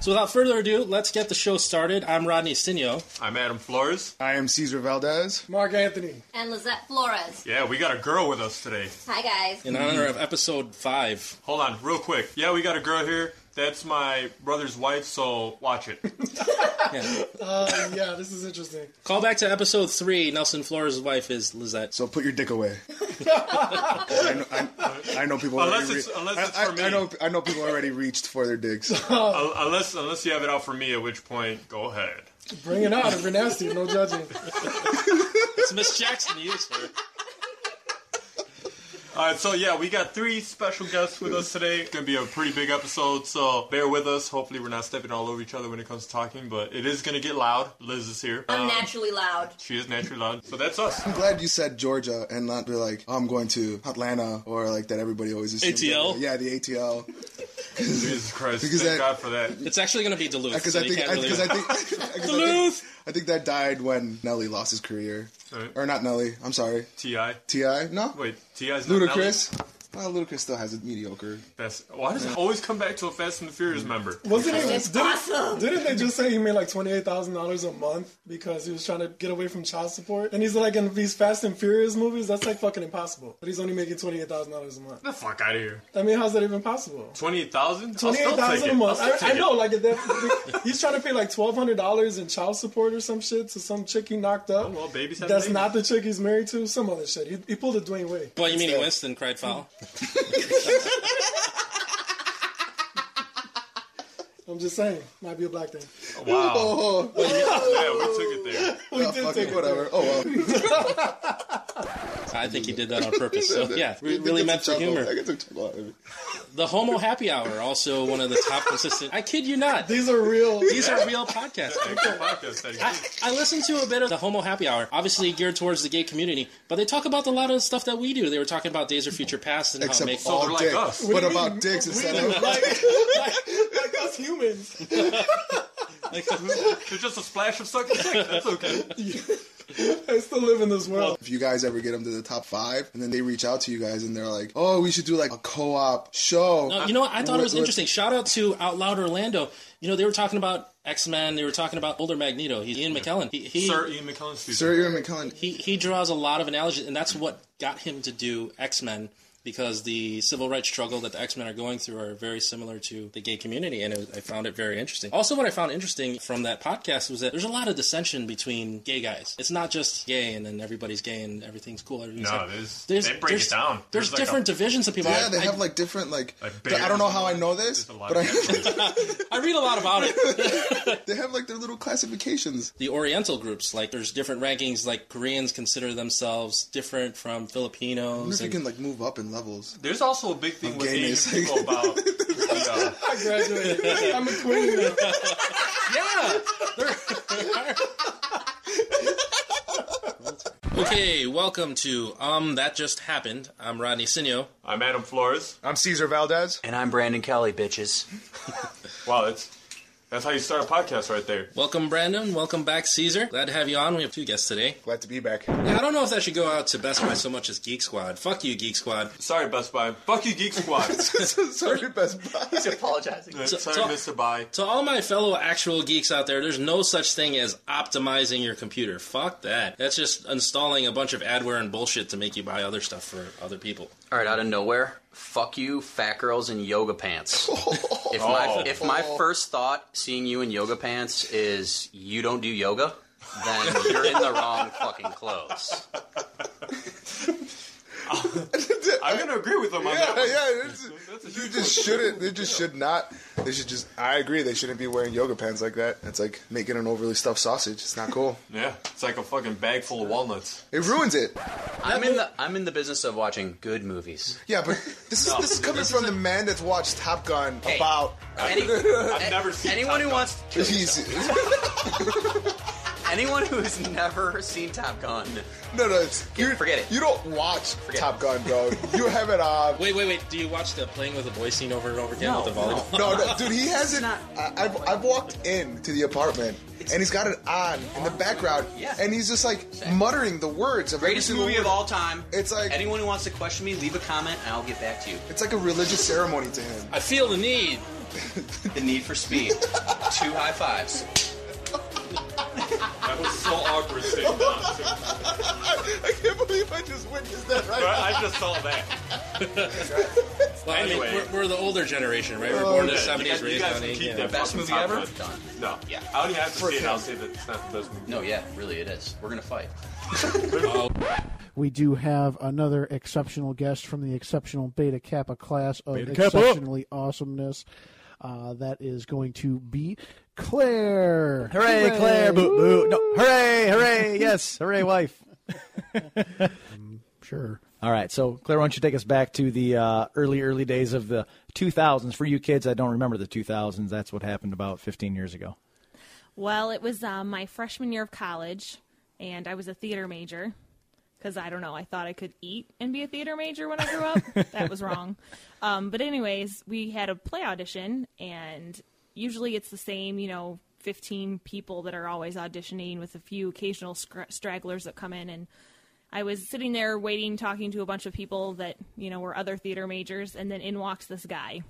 Speaker 11: So without further ado, let's get the show started. I'm Rodney Sinio.
Speaker 10: I'm Adam Flores.
Speaker 11: I am Cesar Valdez.
Speaker 10: Mark Anthony.
Speaker 26: And Lizette Flores.
Speaker 10: Yeah, we got a girl with us today.
Speaker 26: Hi, guys.
Speaker 11: In honor of episode five.
Speaker 10: Hold on, real quick. Yeah, we got a girl here. That's my brother's wife, so watch it.
Speaker 17: Uh, yeah, this is interesting.
Speaker 11: Call back to episode three. Nelson Flores' wife is Lizette. So put your dick away.
Speaker 17: I know people.
Speaker 10: Unless
Speaker 17: already
Speaker 10: it's- unless it's
Speaker 17: I,
Speaker 10: for
Speaker 17: I-
Speaker 10: me.
Speaker 17: I know. I know people already reached for their digs.
Speaker 10: Un- Uh, unless, unless you have it out for me, at which point, go ahead.
Speaker 17: Bring it out if you're nasty. No judging.
Speaker 11: it's Miss Jackson. You sir.
Speaker 10: All right, so yeah, we got three special guests with us today. It's gonna be a pretty big episode, so bear with us. Hopefully, we're not stepping all over each other when it comes to talking, but it is gonna get loud. Liz is here.
Speaker 26: I'm
Speaker 10: Um,
Speaker 26: naturally loud.
Speaker 10: She is naturally loud, so that's us.
Speaker 17: I'm glad you said Georgia and not be like "Oh, I'm going to Atlanta or like that. Everybody always assumes
Speaker 11: ATL?
Speaker 17: that- yeah, the ATL.
Speaker 10: Jesus Christ!
Speaker 17: Because
Speaker 10: thank
Speaker 17: that-
Speaker 10: God for that.
Speaker 11: It's actually going to be Duluth.
Speaker 17: Because
Speaker 11: so
Speaker 17: I
Speaker 11: you
Speaker 17: think
Speaker 11: can't really...
Speaker 17: because I, think because I think I think that died when Nelly lost his career, or not Nelly. I'm sorry.
Speaker 10: Ti
Speaker 17: Ti no
Speaker 10: wait Ti's not
Speaker 17: Ludacris. Well, Ludacris still has a mediocre.
Speaker 10: Fast. Why does it always come back to a Fast and the
Speaker 17: Mm.
Speaker 10: Furious member?
Speaker 17: Wasn't it-
Speaker 10: Because-
Speaker 17: That's didn't- awesome. Didn't they just say he made like twenty eight thousand dollars a month because he was trying to get away from child support? And he's like in these Fast and Furious movies, that's like fucking impossible. But he's only making twenty eight thousand dollars a month.
Speaker 10: The fuck out of here.
Speaker 17: I mean, how's that even possible?
Speaker 10: Twenty-eight thousand.
Speaker 17: Twenty eight thousand a month. I, I know,
Speaker 10: It.
Speaker 17: like that, he's trying to pay like twelve hundred dollars in child support or some shit to some chick he knocked up.
Speaker 10: Oh, well, babies have
Speaker 17: That's
Speaker 10: babies.
Speaker 17: not the chick he's married to. Some other shit. He, he pulled a Dwayne Wade.
Speaker 11: Well, you mean Winston cried foul?
Speaker 17: I'm just saying, might be a black thing.
Speaker 11: Wow.
Speaker 10: yeah,
Speaker 17: we took Oh, it there. We did take whatever.
Speaker 11: I think he did that on purpose. So yeah, re- really meant for humor. The Homo Happy Hour, also one of the top consistent. I kid you not.
Speaker 17: These are real.
Speaker 11: These are real podcasts.
Speaker 10: podcast that
Speaker 11: I, I listened to a bit of the Homo Happy Hour, obviously geared towards the gay community, but they talk about a lot of the stuff that we do. They were talking about Days of Future Past and how it
Speaker 17: Except
Speaker 11: makes
Speaker 17: all dick. What about dicks instead of like, like, like us humans?
Speaker 10: There's just a splash of sucking dick. That's okay.
Speaker 17: I still live in this world.
Speaker 27: If you guys ever get them to the top five, and then they reach out to you guys, and they're like, "Oh, we should do like a co-op show."
Speaker 11: No, you know what? I thought it was
Speaker 27: With- with-
Speaker 11: interesting. Shout out to Out Loud Orlando. You know, they were talking about X Men. They were talking about older Magneto. He's Ian McKellen. He, he,
Speaker 10: Sir Ian McKellen.
Speaker 11: Sir Ian McKellen. He he draws a lot of analogies, and that's what got him to do X Men because the civil rights struggle that the X Men are going through are very similar to the gay community, and it, I found it very interesting. Also, what I found interesting from that podcast was that there's a lot of dissension between gay guys. It's not just gay, and then everybody's gay and everything's cool. Everything's
Speaker 10: No,
Speaker 11: happy.
Speaker 10: there's- they break it down.
Speaker 11: There's,
Speaker 10: There's like
Speaker 11: different
Speaker 10: a-
Speaker 11: divisions of people.
Speaker 10: Yeah,
Speaker 11: I-
Speaker 10: they
Speaker 11: I-
Speaker 10: have,
Speaker 27: like different like.
Speaker 11: bears
Speaker 27: I don't know
Speaker 11: and
Speaker 27: how I know this,
Speaker 11: lot
Speaker 27: but I
Speaker 11: I read a lot about it.
Speaker 27: they have like their little classifications.
Speaker 11: The Oriental groups, like there's different rankings. Like Koreans consider themselves different from
Speaker 27: I wonder
Speaker 11: Filipinos.
Speaker 27: if you
Speaker 11: and-
Speaker 27: can like move up in levels.
Speaker 10: There's also a big thing
Speaker 27: I'm
Speaker 10: with
Speaker 27: gay,
Speaker 10: Asian
Speaker 27: basically.
Speaker 10: people about.
Speaker 27: I
Speaker 10: graduated.
Speaker 27: I'm a queen.
Speaker 10: yeah. uh,
Speaker 11: Okay, welcome to Um That Just Happened. I'm Rodney Sinio.
Speaker 10: I'm Adam Flores.
Speaker 2: I'm Caesar Valdez.
Speaker 11: And I'm Brandon Kelly, bitches.
Speaker 10: wow, that's that's how you start a podcast right there.
Speaker 11: Welcome, Brandon. Welcome back, Caesar. Glad to have you on. We have two guests today. Glad to be back. I don't know if that should go out to Best Buy so much as Geek Squad. Fuck you, Geek Squad.
Speaker 10: Sorry, Best Buy. Fuck you, Geek Squad.
Speaker 27: Sorry, Best Buy.
Speaker 2: He's apologizing.
Speaker 11: So-
Speaker 10: Sorry,
Speaker 11: so-
Speaker 10: Mr. Buy.
Speaker 11: To all my fellow actual geeks out there, there's no such thing as optimizing your computer. Fuck that. That's just installing a bunch of adware and bullshit to make you buy other stuff for other people.
Speaker 12: All right, out of nowhere, fuck you, fat girls in yoga pants. if
Speaker 11: Oh.
Speaker 12: my if my first thought seeing you in yoga pants is you don't do yoga, then you're in the wrong fucking clothes.
Speaker 10: I'm gonna agree with them on
Speaker 27: yeah,
Speaker 10: that. one.
Speaker 27: yeah. It's, you just shouldn't. They just should not. They should just. I agree. They shouldn't be wearing yoga pants like that. It's like making an overly stuffed sausage. It's not cool.
Speaker 10: Yeah, it's like a fucking bag full of walnuts.
Speaker 27: It ruins it.
Speaker 12: I'm in the I'm in the business of watching good movies.
Speaker 27: Yeah, but this is
Speaker 12: No,
Speaker 27: this is coming from the man that's watched Top Gun
Speaker 12: Hey,
Speaker 27: about.
Speaker 12: any- I've never seen anyone Top who Gun. wants to kill Anyone who's never seen Top Gun,
Speaker 27: No, no, it's, you,
Speaker 12: forget it.
Speaker 27: You don't watch Top Gun, bro. You uh, have it on.
Speaker 11: Wait, wait, wait. Do you watch the Playing with a Boy scene over and over again with the volleyball?
Speaker 27: No, no, dude, he has it. I, I've, I've walked in to the apartment, and he's got it on in the background,
Speaker 12: Yeah.
Speaker 27: and he's just like muttering the words of
Speaker 12: greatest
Speaker 27: every single
Speaker 12: movie
Speaker 27: word.
Speaker 12: of all time.
Speaker 27: It's like
Speaker 12: anyone who wants to question me, leave a comment and I'll get back to you.
Speaker 27: It's like a religious ceremony to him.
Speaker 11: I feel the need.
Speaker 12: the need for speed. Two high fives.
Speaker 10: That was so awkward sitting down.
Speaker 27: I can't believe I just witnessed that right
Speaker 10: I just saw that.
Speaker 11: Well, I mean,
Speaker 10: Anyway. Oh,
Speaker 11: we're, we're the older generation, right? We're born in the 70s,
Speaker 10: You guys- you
Speaker 11: raised
Speaker 10: guys
Speaker 11: on
Speaker 10: can
Speaker 11: 80s.
Speaker 10: keep
Speaker 11: yeah.
Speaker 10: that fucking Top Gun. No,
Speaker 12: Yeah.
Speaker 10: I only have to
Speaker 12: For
Speaker 10: see it.
Speaker 12: sure.
Speaker 10: I'll say that it's not the best movie.
Speaker 12: No, yeah, really, it is. We're gonna fight.
Speaker 8: We do have another exceptional guest from the exceptional Beta Kappa class of
Speaker 7: Beta Kappa.
Speaker 8: exceptionally awesomeness. Uh, that is going to be Claire.
Speaker 7: Hooray, Claire! Boo, boo! No, hooray, hooray!
Speaker 8: Woo.
Speaker 7: Yes, hooray, wife.
Speaker 8: Sure.
Speaker 7: All right, so Claire, why don't you take us back to the uh, early, early days of the 2000s? For you kids, I don't remember the 2000s. That's what happened about 15 years ago.
Speaker 14: Well, it was um, my freshman year of college, and I was a theater major because I don't know. I thought I could eat and be a theater major when I grew up. that was wrong. Um, but anyways, we had a play audition, and usually it's the same, you know, fifteen people that are always auditioning, with a few occasional scr- stragglers that come in and. I was sitting there waiting, talking to a bunch of people that, you know, were other theater majors, and then in walks this guy.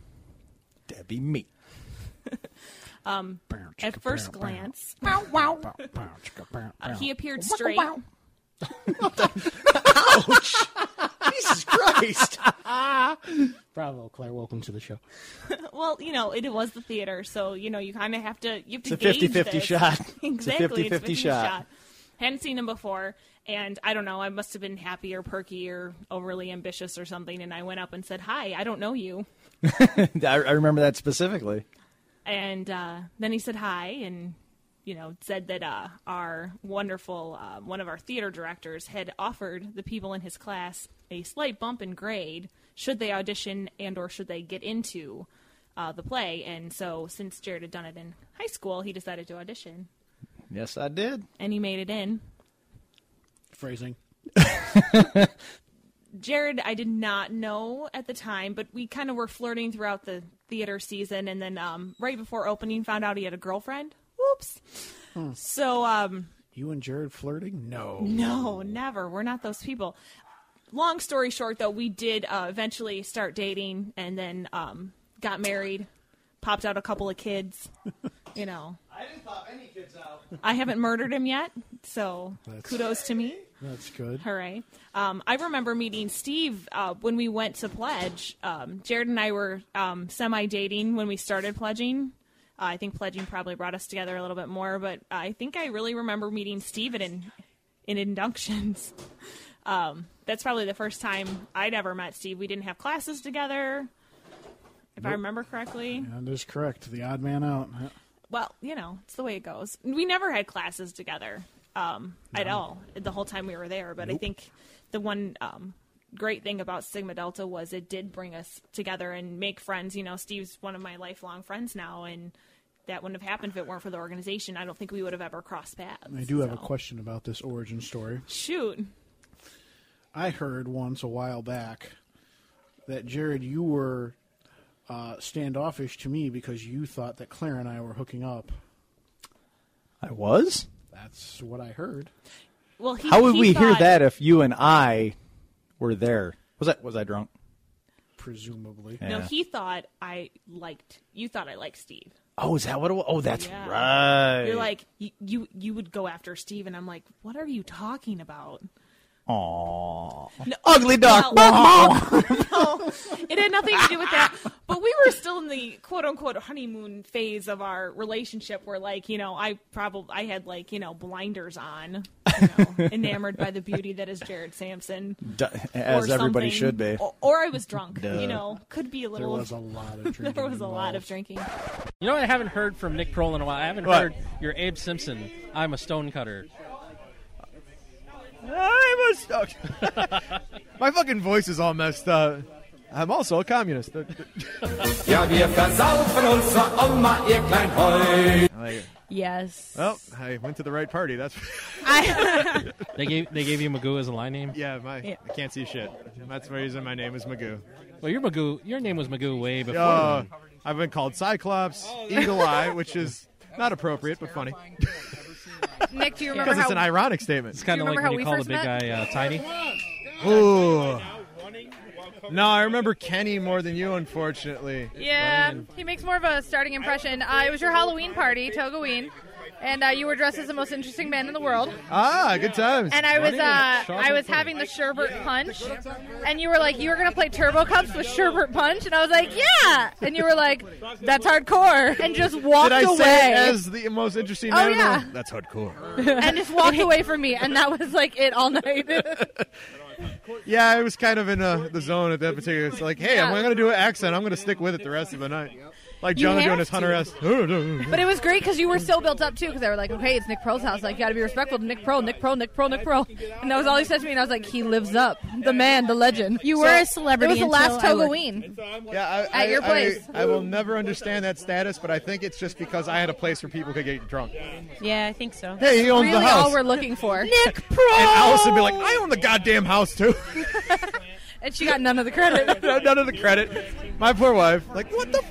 Speaker 7: Debbie me.
Speaker 14: Um, at
Speaker 7: bow,
Speaker 14: first
Speaker 7: bow.
Speaker 14: glance,
Speaker 7: Bow, wow.
Speaker 14: Uh, he appeared straight.
Speaker 7: Jesus Christ!
Speaker 15: Bravo, Claire. Welcome to the show.
Speaker 14: well, you know, it was the theater, so you know you kind of have to you have to
Speaker 15: It's a
Speaker 14: gauge
Speaker 15: 50-50
Speaker 14: this.
Speaker 15: shot.
Speaker 14: exactly,
Speaker 15: It's a
Speaker 14: 50
Speaker 15: 50-50 shot.
Speaker 14: Hadn't seen him before, and I don't know. I must have been happy or perky or overly ambitious or something, and I went up and said, "Hi, I don't know you."
Speaker 7: I, I remember that specifically.
Speaker 14: And uh, then he said hi, and you know, said that uh, our wonderful uh, one of our theater directors had offered the people in his class a slight bump in grade should they audition and or should they get into uh, the play. And so, since Jared had done it in high school, he decided to audition,
Speaker 7: Yes, I did.
Speaker 14: and he made it in.
Speaker 15: Phrasing.
Speaker 14: Jared, I did not know at the time, but we kind of were flirting throughout the theater season, and then um, right before opening, found out he had a girlfriend. Whoops.
Speaker 8: Hmm.
Speaker 14: So, um,
Speaker 8: You and Jared flirting? No.
Speaker 14: No, never. We're not those people. Long story short, though, we did uh, eventually start dating and then um, got married, popped out a couple of kids. You know,
Speaker 7: I didn't pop any kids out.
Speaker 14: I haven't murdered him yet, so
Speaker 7: That's-
Speaker 14: kudos to me.
Speaker 28: That's good.
Speaker 14: Hooray. Um, I remember meeting Steve uh, when we went to pledge. Um, Jared and I were um, semi dating when we started pledging. Uh, I think pledging probably brought us together a little bit more, but I think I really remember meeting Steve at in, in inductions. Um, that's probably the first time I'd ever met Steve. We didn't have classes together, if I
Speaker 8: Nope.
Speaker 14: remember correctly.
Speaker 8: That is correct. The odd man out.
Speaker 14: Well, you know, it's the way it goes. We never had classes together um, at
Speaker 8: No.
Speaker 14: all the whole time we were there. But I
Speaker 8: Nope.
Speaker 14: think the one um, great thing about Sigma Delta was it did bring us together and make friends. You know, Steve's one of my lifelong friends now, and that wouldn't have happened if it weren't for the organization. I don't think we would have ever crossed paths.
Speaker 8: I do have a
Speaker 14: so.
Speaker 8: question about this origin story.
Speaker 14: Shoot.
Speaker 8: I heard once a while back that Jared, you were uh, standoffish to me because you thought that Claire and I were hooking up.
Speaker 19: I was.
Speaker 8: That's what I heard.
Speaker 14: Well, he,
Speaker 19: How would
Speaker 14: he
Speaker 19: we hear
Speaker 14: thought-
Speaker 19: that if you and I were there? Was I was I drunk?
Speaker 8: Presumably.
Speaker 14: No,
Speaker 19: Yeah.
Speaker 14: he thought I liked. You thought I liked Steve.
Speaker 19: Oh, is that what it was? Oh, that's
Speaker 14: Yeah.
Speaker 19: right.
Speaker 14: You're like you, you. You would go after Steve, and I'm like, what are you talking about?
Speaker 19: Aww.
Speaker 14: No,
Speaker 19: Ugly duck.
Speaker 14: No, no, it had nothing to do with that. But we were still in the quote unquote honeymoon phase of our relationship, where like you know, I probably I had like you know blinders on, you know, enamored by the beauty that is Jared Sampson,
Speaker 19: Du- as
Speaker 14: or
Speaker 19: everybody
Speaker 14: something.
Speaker 19: should be.
Speaker 14: or, or I was drunk.
Speaker 19: Duh.
Speaker 14: You know, could be a
Speaker 8: There
Speaker 14: little.
Speaker 8: was a lot of
Speaker 14: There
Speaker 8: drinking
Speaker 14: was a lot of drinking.
Speaker 20: You know what I haven't heard from Nick Kroll in a while? I haven't
Speaker 19: What?
Speaker 20: heard your Abe Simpson, I'm a stonecutter.
Speaker 1: I'm a stuck. My fucking voice is all messed up. I'm also a communist.
Speaker 6: Ja, wir versaufen uns so immer, ihr Kleinhäut.
Speaker 1: I like it.
Speaker 14: Yes.
Speaker 1: Well, I went to the right party. That's.
Speaker 20: They gave they gave you Magoo as a line name.
Speaker 1: Yeah, my I can't see shit. That's the reason my name is Magoo.
Speaker 20: Well, your Magoo, your name was Magoo way before.
Speaker 1: Uh,
Speaker 20: then.
Speaker 1: I've been called Cyclops,
Speaker 29: Oh,
Speaker 1: Eagle Eye, which is not appropriate but funny.
Speaker 29: Nick, do you remember
Speaker 1: Because it's
Speaker 29: how
Speaker 1: an ironic statement.
Speaker 20: It's kind of like
Speaker 29: remember
Speaker 20: when you
Speaker 29: how
Speaker 20: call
Speaker 29: we
Speaker 20: the big uh,
Speaker 29: first met?
Speaker 20: guy uh, tiny.
Speaker 1: Ooh. No, I remember Kenny more than you, unfortunately.
Speaker 29: Yeah, he makes more of a starting impression. Uh, it was your Halloween party, Togaween, and uh, you were dressed as the most interesting man in the world.
Speaker 1: Ah, good times.
Speaker 29: And I was uh, I was having the sherbet punch, and you were like, you were gonna play Turbo Cups with sherbet punch, and I was like, yeah, and you were like, that's hardcore, and just walked
Speaker 1: Did I
Speaker 29: away.
Speaker 1: say it as the most interesting
Speaker 29: Oh,
Speaker 1: man in the
Speaker 29: yeah.
Speaker 1: world? That's hardcore.
Speaker 29: and just walked away from me, and that was like it all night.
Speaker 1: Yeah, I was kind of in uh, the zone at that particular. It's like, hey, I'm
Speaker 29: Yeah.
Speaker 1: going to do an accent. I'm going to stick with it the rest of the night. Like
Speaker 29: You
Speaker 1: Jonah doing
Speaker 29: have
Speaker 1: his Hunter
Speaker 29: to.
Speaker 1: S.
Speaker 29: But
Speaker 1: but
Speaker 29: it was great because you were so built up too. Because they were like, "Okay, it's Nick Pro's house. Like, you got to be respectful to Nick Pro, Nick Pro, Nick Pro, Nick Pro." And that was all he said to me, and I was like, "He lives up. The man, the legend."
Speaker 30: You were a celebrity
Speaker 29: It was the
Speaker 30: until
Speaker 29: last
Speaker 30: I would-
Speaker 29: Togaween.
Speaker 1: Yeah, I,
Speaker 29: at your
Speaker 1: I-
Speaker 29: place.
Speaker 1: I, will never understand that status, but I think it's just because I had a place where people could get drunk.
Speaker 30: Yeah, I think so.
Speaker 1: Hey, he owns
Speaker 29: really
Speaker 1: the house.
Speaker 29: all we're looking for.
Speaker 30: Nick
Speaker 1: Pro. And Alice would be like, I own the goddamn house too.
Speaker 29: And she got none of the credit.
Speaker 1: None of the credit. My poor wife. Like, what the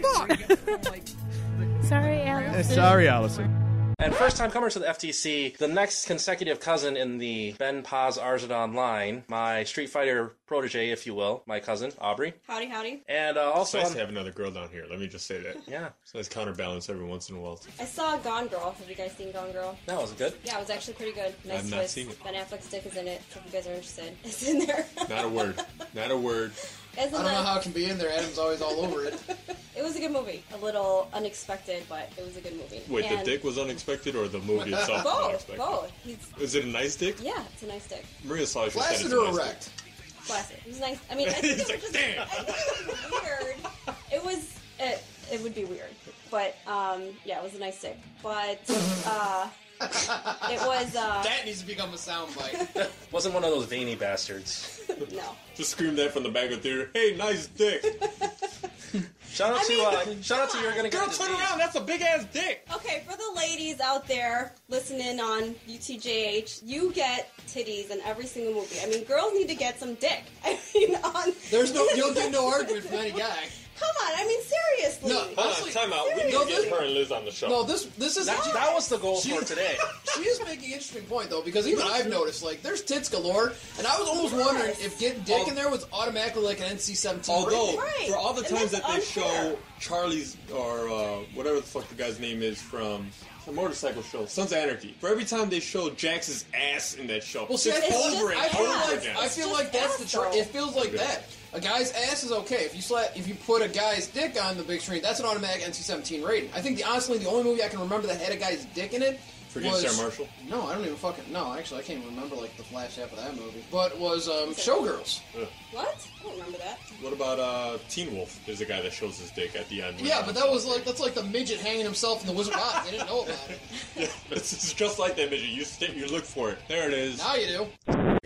Speaker 1: fuck?
Speaker 29: Sorry,
Speaker 1: Eh,
Speaker 29: Alex.
Speaker 1: Sorry, Allison.
Speaker 11: And first time comers to the FTC, the next consecutive cousin in the Ben Paz Arzadon line, my Street Fighter protege, if you will, my cousin, Aubrey.
Speaker 26: Howdy, howdy.
Speaker 11: And uh, also.
Speaker 10: it's nice
Speaker 11: on-
Speaker 10: to have another girl down here. Let me just say that.
Speaker 11: Yeah.
Speaker 10: It's nice counterbalance every once in a while.
Speaker 26: I saw Gone Girl. Have you guys seen Gone Girl?
Speaker 11: That was good.
Speaker 26: Yeah, it was actually pretty good.
Speaker 10: I've
Speaker 26: Nice
Speaker 10: not
Speaker 26: twist.
Speaker 10: seen it.
Speaker 26: Ben Affleck's dick is in it. If you guys are interested, it's in there.
Speaker 10: Not a word. Not a word.
Speaker 26: It's in
Speaker 7: I don't know
Speaker 26: the-
Speaker 7: how it can be in there. Adam's always all over it.
Speaker 26: It was a good movie. A little unexpected, but it was a good movie.
Speaker 10: Wait,
Speaker 26: and
Speaker 10: the dick was unexpected or the movie itself was
Speaker 26: Both,
Speaker 10: unexpected?
Speaker 26: both. He's
Speaker 10: Is it a nice dick?
Speaker 26: yeah, it's a nice dick.
Speaker 10: Maria Solly just said
Speaker 7: Flaccid
Speaker 10: it's a
Speaker 7: or
Speaker 10: nice dick.
Speaker 7: erect?
Speaker 26: Flaccid. It was nice. I mean, I think it was just I think it was weird. It was it, it would be weird, but um, yeah, it was a nice dick. But uh, it was uh,
Speaker 7: that needs to become a soundbite.
Speaker 11: Wasn't one of those veiny bastards.
Speaker 26: no.
Speaker 10: Just scream that from the back of the theater. Hey, nice dick.
Speaker 11: Shout out to uh, shout out to you're gonna
Speaker 26: Girl,
Speaker 11: get
Speaker 26: turn
Speaker 11: around. That's a big ass dick.
Speaker 26: Okay, for the ladies out there listening on UTJH, you get titties in every single movie. I mean, girls need to get some dick. I mean, on
Speaker 7: There's no, you'll get no argument from any guy.
Speaker 26: Come on, I mean, seriously.
Speaker 7: No, honestly,
Speaker 10: Time out. We need
Speaker 7: No,
Speaker 10: to get
Speaker 7: this-
Speaker 10: her and Liz on the show.
Speaker 7: No, this this is
Speaker 26: That-
Speaker 11: that was the goal for today.
Speaker 7: She is making an interesting point though, because even I've noticed like there's tits galore, and I was almost wondering if getting dick in there was automatically like an NC-17.
Speaker 10: Although,
Speaker 7: rating.
Speaker 10: for all the times that they've So Charlie's or uh, whatever the fuck the guy's name is from the motorcycle show, Sons of Anarchy. For every time they show Jax's ass in that show,
Speaker 7: Well, see,
Speaker 10: it's
Speaker 7: I feel-
Speaker 10: over
Speaker 7: I
Speaker 10: and
Speaker 7: feel
Speaker 10: over
Speaker 7: like
Speaker 10: again.
Speaker 7: I feel like that's the tr- it feels like
Speaker 10: Yeah.
Speaker 7: that. A guy's ass is okay if you slap if you put a guy's dick on the big screen. That's an automatic NC-17 rating. I think the honestly the only movie I can remember that had a guy's dick in it
Speaker 10: Forget
Speaker 7: was
Speaker 10: Sarah Marshall?
Speaker 7: No, I don't even fucking no. Actually, I can't even remember like the flash half of that movie. But was um, Showgirls.
Speaker 10: Ugh.
Speaker 7: What? I don't remember that.
Speaker 10: What about uh, Teen Wolf? There's a guy that shows his dick at the end.
Speaker 7: Yeah, but that was like that's like the midget hanging himself in the Wizard of Oz. They didn't know about it.
Speaker 10: uh, this is just like that vision. You st- you look for it. There it is.
Speaker 7: Now you do.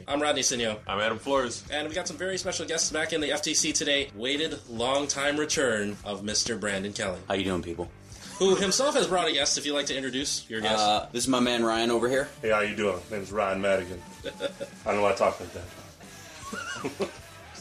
Speaker 11: I'm Rodney Sinio.
Speaker 10: I'm Adam Flores.
Speaker 11: And we got some very special guests back in the FTC today. Waited long time return of Mr. Brandon Kelly.
Speaker 12: How you doing, people?
Speaker 11: Who himself has brought a guest if you'd like to introduce your guest.
Speaker 12: Uh, this is my man Ryan over here.
Speaker 31: Hey, how you doing? My name's Ryan Madigan. I don't know why I talk like that.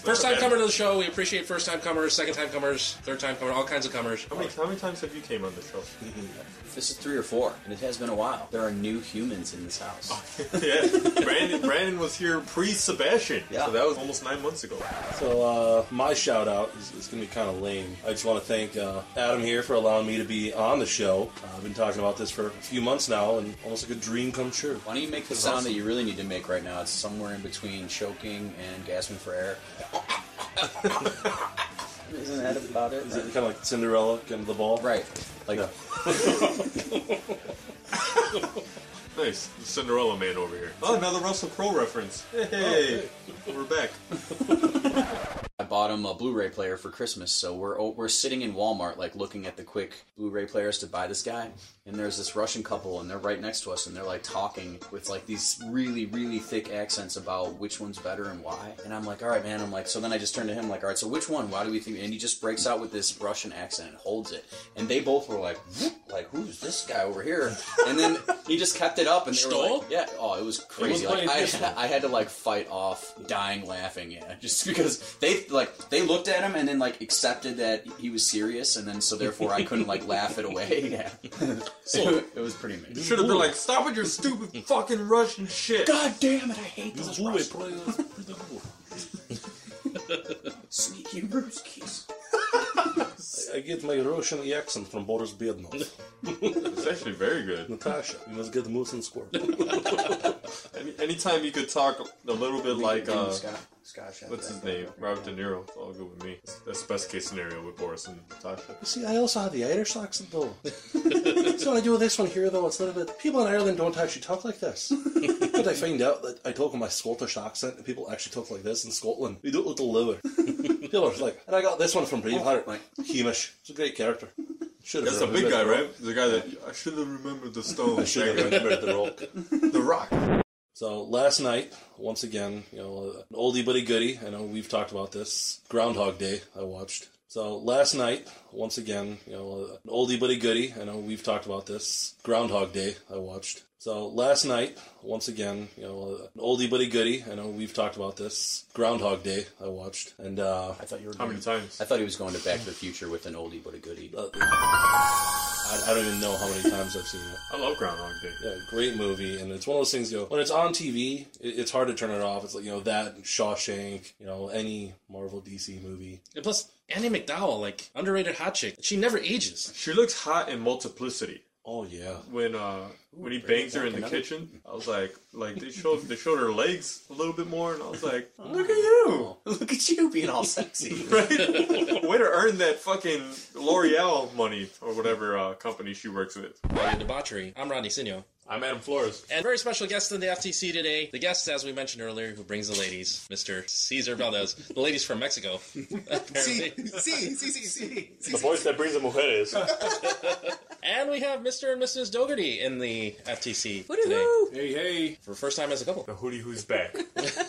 Speaker 11: First time comer to the show, we appreciate first time comers, second time comers, third time comers, all kinds of comers. How
Speaker 10: many, how many times have you came on the show?
Speaker 12: Mm-hmm. This is three or four, and it has been a while. There are new humans in this house.
Speaker 10: yeah, Brandon. Brandon was here pre-Sebastian.
Speaker 12: Yeah.
Speaker 10: So that was almost nine months ago.
Speaker 31: So uh, my shout out is, is going to be kind of lame. I just want to thank uh, Adam here for allowing me to be on the show. Uh, I've been talking about this for a few months now, and almost like a dream come true.
Speaker 12: Why don't you make the sound that you really need to make right now? It's somewhere in between choking and gasping for air. Isn't that about it?
Speaker 31: Is it kind of like Cinderella, kind of the ball?
Speaker 12: Right. Like.
Speaker 10: Nice, the Cinderella man over here. Oh, another Russell Crowe reference.
Speaker 12: Oh,
Speaker 10: Hey, we're back.
Speaker 12: I bought him a Blu-ray player for Christmas, so we're oh, we're sitting in Walmart, like looking at the quick Blu-ray players to buy this guy. And there's this Russian couple, and they're right next to us, and they're like talking with like these really really thick accents about which one's better and why. And I'm like, all right, man. I'm like, so then I just turn to him, like, all right, so which one? Why do we think? And he just breaks out with this Russian accent and holds it. And they both were like, "Whoop," like who's this guy over here? And then he just kept it up, and they were like, yeah, oh, it was crazy.
Speaker 7: It was
Speaker 12: Like, I,
Speaker 7: playing
Speaker 12: I had to like fight off dying laughing, yeah, just because they like they looked at him and then like accepted that he was serious, and then so therefore I couldn't like laugh it away. Yeah, so it was pretty amazing.
Speaker 10: You should have been like, stop with your stupid fucking Russian shit.
Speaker 12: God damn it, I hate
Speaker 10: those
Speaker 12: Russians.
Speaker 31: Sneaky brewskis. I get my Russian accent from Boris Bednov.
Speaker 10: It's actually very good.
Speaker 31: Natasha, you must get moose and squirt.
Speaker 10: Any, anytime you could talk a little bit like
Speaker 31: give him
Speaker 10: uh,
Speaker 31: Scott- Scotch at
Speaker 10: what's
Speaker 31: that
Speaker 10: his name, Robert De Niro. It's all good with me. That's the best case scenario with Boris and Natasha.
Speaker 31: See, I also have the Irish accent though. so when I do this one here though, it's a little bit. People in Ireland don't actually talk like this. but I find out that I talk with my Scottish accent, and people actually talk like this in Scotland. They do it a little lower. people are like, and I got this one from Braveheart, Hamish. It's a great character. Should
Speaker 10: That's the big guy, right? The guy that I should have remembered the stone.
Speaker 31: I should have remembered the rock.
Speaker 10: The rock.
Speaker 31: So last night, once again, you know, uh, an oldie but a goodie. I know we've talked about this. Groundhog Day, I watched. So last night, once again, you know, uh, an oldie but a goodie. I know we've talked about this. Groundhog Day, I watched. So last night, once again, you know, uh, an oldie but a goodie. I know we've talked about this. Groundhog Day, I watched. And uh, I
Speaker 12: thought you were.
Speaker 10: How many times?
Speaker 12: I thought he was going to Back to the Future with an oldie but a goodie.
Speaker 31: Uh, I, I don't even know how many times I've seen it.
Speaker 10: I love Groundhog Day.
Speaker 31: Yeah, great movie, and it's one of those things. You know, when it's on TV, it, it's hard to turn it off. It's like you know that Shawshank, you know any Marvel DC movie.
Speaker 11: And plus, Annie McDowell, like underrated hot chick. She never ages.
Speaker 10: She looks hot in multiplicity.
Speaker 31: Oh yeah.
Speaker 10: When uh when he
Speaker 11: Ooh,
Speaker 10: bangs her
Speaker 11: bring
Speaker 10: in
Speaker 11: back
Speaker 10: the
Speaker 11: another-
Speaker 10: kitchen, I was like, like they showed they showed her legs a little bit more, and I was like, look at you,
Speaker 12: look at you being all sexy,
Speaker 10: right? Way to earn that fucking L'Oreal money or whatever uh, company she works with.
Speaker 11: Debauchery. I'm Rodney Sinio.
Speaker 10: I'm Adam Flores.
Speaker 11: And very special guest in the FTC today. The guest, as we mentioned earlier, who brings the ladies, Mr. Cesar Valdez. The ladies from Mexico.
Speaker 31: See,
Speaker 7: see, see, see, see.
Speaker 31: The voice that brings the mujeres.
Speaker 11: And we have Mr. and Mrs. Dougherty in the FTC
Speaker 31: Hooty
Speaker 11: today.
Speaker 10: Hey, hey.
Speaker 11: For first time as a couple. The
Speaker 10: hooty who's back.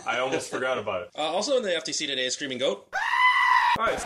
Speaker 10: I almost forgot about it.
Speaker 11: Uh, also in the FTC today is Screaming Goat.
Speaker 10: All right.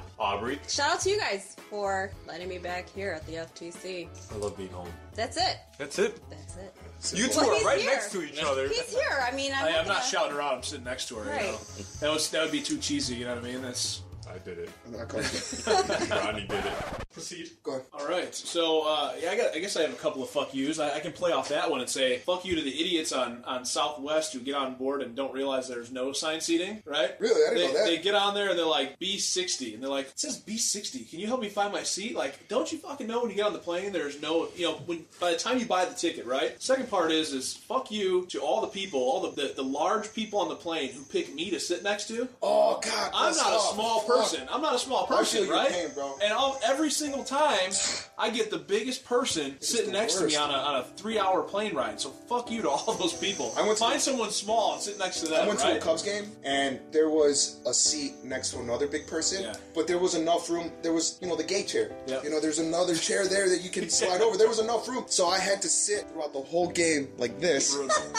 Speaker 10: Aubrey.
Speaker 26: Shout out to you guys for letting me back here at the FTC.
Speaker 10: I love being home.
Speaker 26: That's it.
Speaker 10: That's it.
Speaker 26: That's it.
Speaker 10: You two
Speaker 26: Well,
Speaker 10: are
Speaker 26: he's
Speaker 10: right
Speaker 26: here.
Speaker 10: next to each other.
Speaker 26: He's here. I mean, I'm,
Speaker 32: I, am
Speaker 26: gonna-
Speaker 32: not shouting her out. I'm sitting next to her. You
Speaker 26: Right.
Speaker 32: know? That was that would be too cheesy. You know what I mean? That's
Speaker 10: I did it.
Speaker 32: I
Speaker 10: Ronnie did it.
Speaker 32: Proceed.
Speaker 27: Go ahead.
Speaker 32: All right. So uh, yeah, I, got, I guess I have a couple of fuck yous. I, I can play off that one and say fuck you to the idiots on, on Southwest who get on board and don't realize there's no sign seating. Right?
Speaker 27: Really? I didn't
Speaker 32: they,
Speaker 27: know that.
Speaker 32: They get on there and they're like B sixty, and they're like it says B sixty. Can you help me find my seat? Like, don't you fucking know when you get on the plane there's no you know when by the time you buy the ticket, right? Second part is is fuck you to all the people, all the the, the large people on the plane who pick me to sit next to.
Speaker 27: Oh God!
Speaker 32: I'm
Speaker 27: piss
Speaker 32: not a
Speaker 27: off.
Speaker 32: small
Speaker 27: Fuck.
Speaker 32: person. I'm not a small
Speaker 27: I feel
Speaker 32: person,
Speaker 27: your
Speaker 32: right?
Speaker 27: pain, bro.
Speaker 32: And all, every single time, I get the biggest person sitting next to me
Speaker 27: worst.
Speaker 32: on a, on a three hour plane ride. So fuck you to all those people. I went Find someone small and sit next to them.
Speaker 27: I went to
Speaker 32: right?
Speaker 27: a Cubs game and there was a seat next to another big person, but there was enough room. There was, you know, the gay chair. You know, there's another chair there that you can slide over. There was enough room. So I had to sit throughout the whole game like this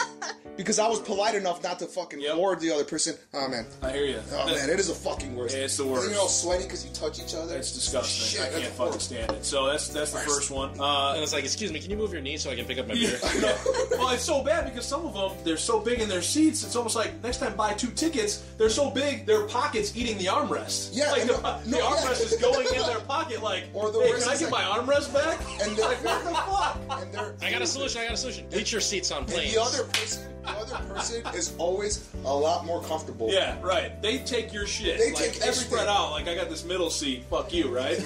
Speaker 27: because I was polite enough not to fucking ward the other person. Oh, man.
Speaker 32: I hear you.
Speaker 27: Oh, man. It is the fucking worst.
Speaker 32: Yeah, it's the
Speaker 27: And
Speaker 32: worst.
Speaker 27: then you're all sweaty because you touch each other.
Speaker 32: It's disgusting.
Speaker 27: Shit,
Speaker 32: I
Speaker 27: that's
Speaker 32: can't fucking stand it. So that's that's the first one. Uh,
Speaker 11: and it's like, excuse me, can you move your knee so I can pick up my beer?
Speaker 32: well, it's so bad because some of them they're so big in their seats. It's almost like next time buy two tickets. They're so big, their pockets eating the armrest.
Speaker 27: Yeah,
Speaker 32: like
Speaker 27: I know.
Speaker 32: the,
Speaker 27: No,
Speaker 32: the
Speaker 27: yeah.
Speaker 32: armrest is going in their pocket. Like,
Speaker 27: Or the
Speaker 32: hey,
Speaker 27: worst
Speaker 32: can I
Speaker 27: is
Speaker 32: get my
Speaker 27: like-
Speaker 32: armrest back?
Speaker 27: And they're-
Speaker 32: like, what the fuck?
Speaker 27: And they're
Speaker 11: I got a solution. I got a solution. Get your seats on
Speaker 27: And
Speaker 11: planes.
Speaker 27: the other person, the other person is always a lot more comfortable.
Speaker 32: Yeah, right. They take your shit.
Speaker 27: They
Speaker 32: like,
Speaker 27: take
Speaker 32: they
Speaker 27: everything.
Speaker 32: spread out. Like I got this middle seat. Fuck you, right?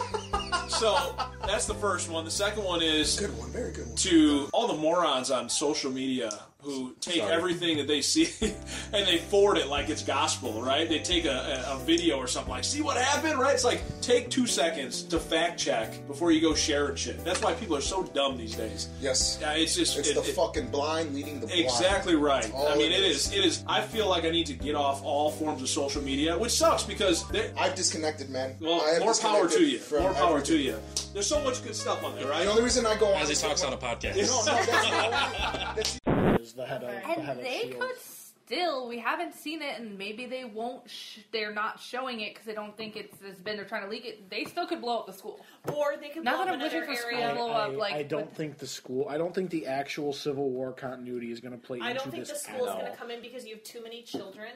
Speaker 32: so that's the first one. The second one is
Speaker 27: good one, very good one.
Speaker 32: To all the morons on social media who take
Speaker 27: Sorry.
Speaker 32: everything that they see and they forward it like it's gospel, right? They take a, a, a video or something like, "See what happened?" Right? It's like take two seconds to fact check before you go sharing shit. That's why people are so dumb these days.
Speaker 27: Yes.
Speaker 32: Yeah, it's just
Speaker 27: It's
Speaker 32: it-
Speaker 27: the
Speaker 32: it-
Speaker 27: fucking blind leading the blind.
Speaker 32: Exactly right.
Speaker 27: That's all
Speaker 32: I mean,
Speaker 27: it
Speaker 32: it is. It is. I feel like I need to get off all forms of social media, which sucks because they're,
Speaker 27: I've disconnected, man.
Speaker 32: Well,
Speaker 27: I have
Speaker 32: more power
Speaker 27: disconnected
Speaker 32: to you.
Speaker 27: from
Speaker 32: More power to
Speaker 27: everything.
Speaker 32: you. There's so much good stuff on there, right?
Speaker 27: The only reason I go on
Speaker 11: As he talks on a podcast.
Speaker 27: No, no,
Speaker 8: Is uh, the head of, the head
Speaker 29: And
Speaker 8: of
Speaker 29: they
Speaker 8: Shield.
Speaker 29: could still. We haven't seen it, and maybe they won't. Sh- they're not showing it because they don't think it's has been. They're trying to leak it. They still could blow up the school,
Speaker 14: or they could
Speaker 29: not
Speaker 14: blow
Speaker 29: that
Speaker 14: up
Speaker 29: I'm looking
Speaker 14: another
Speaker 29: for
Speaker 14: area.
Speaker 29: school blow up.
Speaker 8: I,
Speaker 29: Like
Speaker 8: I don't think the school. I don't think the actual Civil War continuity is going to play into
Speaker 14: I don't think the
Speaker 8: this
Speaker 14: school's
Speaker 8: at
Speaker 14: going to
Speaker 8: all.
Speaker 14: come in because you have too many children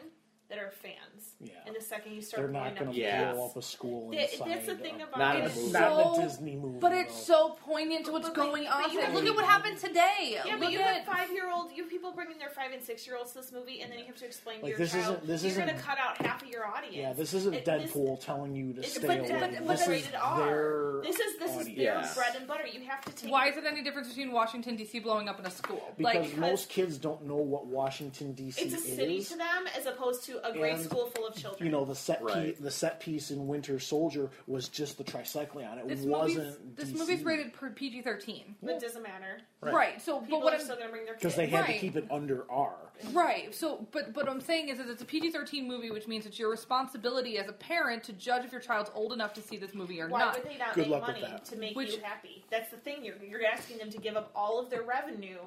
Speaker 14: that are fans.
Speaker 8: Yeah.
Speaker 14: And the second you start
Speaker 8: They're not
Speaker 14: going to
Speaker 8: blow up a school.
Speaker 14: Th-
Speaker 8: inside
Speaker 14: that's the thing
Speaker 8: of-
Speaker 14: about
Speaker 8: not
Speaker 14: it
Speaker 8: in a
Speaker 14: is
Speaker 8: movie.
Speaker 14: so-
Speaker 8: not in a Disney movie.
Speaker 29: But it's so poignant to what's going on. today. Look at what happened today.
Speaker 14: Yeah, but
Speaker 29: Look
Speaker 14: you
Speaker 29: at
Speaker 14: have five-year-old. You have people bringing their five and six-year-olds to this movie, and then you have to explain to
Speaker 8: Like,
Speaker 14: your
Speaker 8: this
Speaker 14: child.
Speaker 8: isn't- this
Speaker 14: you're
Speaker 8: isn't-
Speaker 14: going to cut out half of your audience.
Speaker 8: yeah, this isn't
Speaker 14: It- this-
Speaker 8: Deadpool telling you to
Speaker 14: It's-
Speaker 8: stay
Speaker 14: but-
Speaker 8: away.
Speaker 14: but- but
Speaker 8: this
Speaker 14: they're
Speaker 8: is
Speaker 14: rated R.
Speaker 8: their
Speaker 14: This is this is
Speaker 8: audience.
Speaker 14: their bread and butter. You have to take.
Speaker 29: Why is it any difference between Washington D.C. blowing up in a school?
Speaker 8: because,
Speaker 29: like
Speaker 8: most kids don't know what Washington D.C.
Speaker 14: It's a
Speaker 8: is.
Speaker 14: city to them as opposed to a great
Speaker 8: And,
Speaker 14: school full of children.
Speaker 8: you know the set
Speaker 14: Right.
Speaker 8: piece, the set piece in Winter Soldier was just the tricyclion. It
Speaker 29: this movie's
Speaker 8: wasn't
Speaker 29: this
Speaker 8: DC.
Speaker 29: movie's rated per PG thirteen.
Speaker 14: It doesn't matter.
Speaker 8: Right.
Speaker 29: Right. so,
Speaker 14: People
Speaker 29: but what
Speaker 14: are
Speaker 29: I'm
Speaker 14: still gonna bring their
Speaker 8: because they had
Speaker 29: right.
Speaker 8: to keep it under R.
Speaker 29: Right. So, but but what I'm saying is that it's a PG-13 movie, which means it's your responsibility as a parent to judge if your child's old enough to see this movie or
Speaker 14: Why
Speaker 29: not.
Speaker 14: would they not make money to make
Speaker 29: Which-
Speaker 14: you happy? That's the thing. You're you're asking them to give up all of their revenue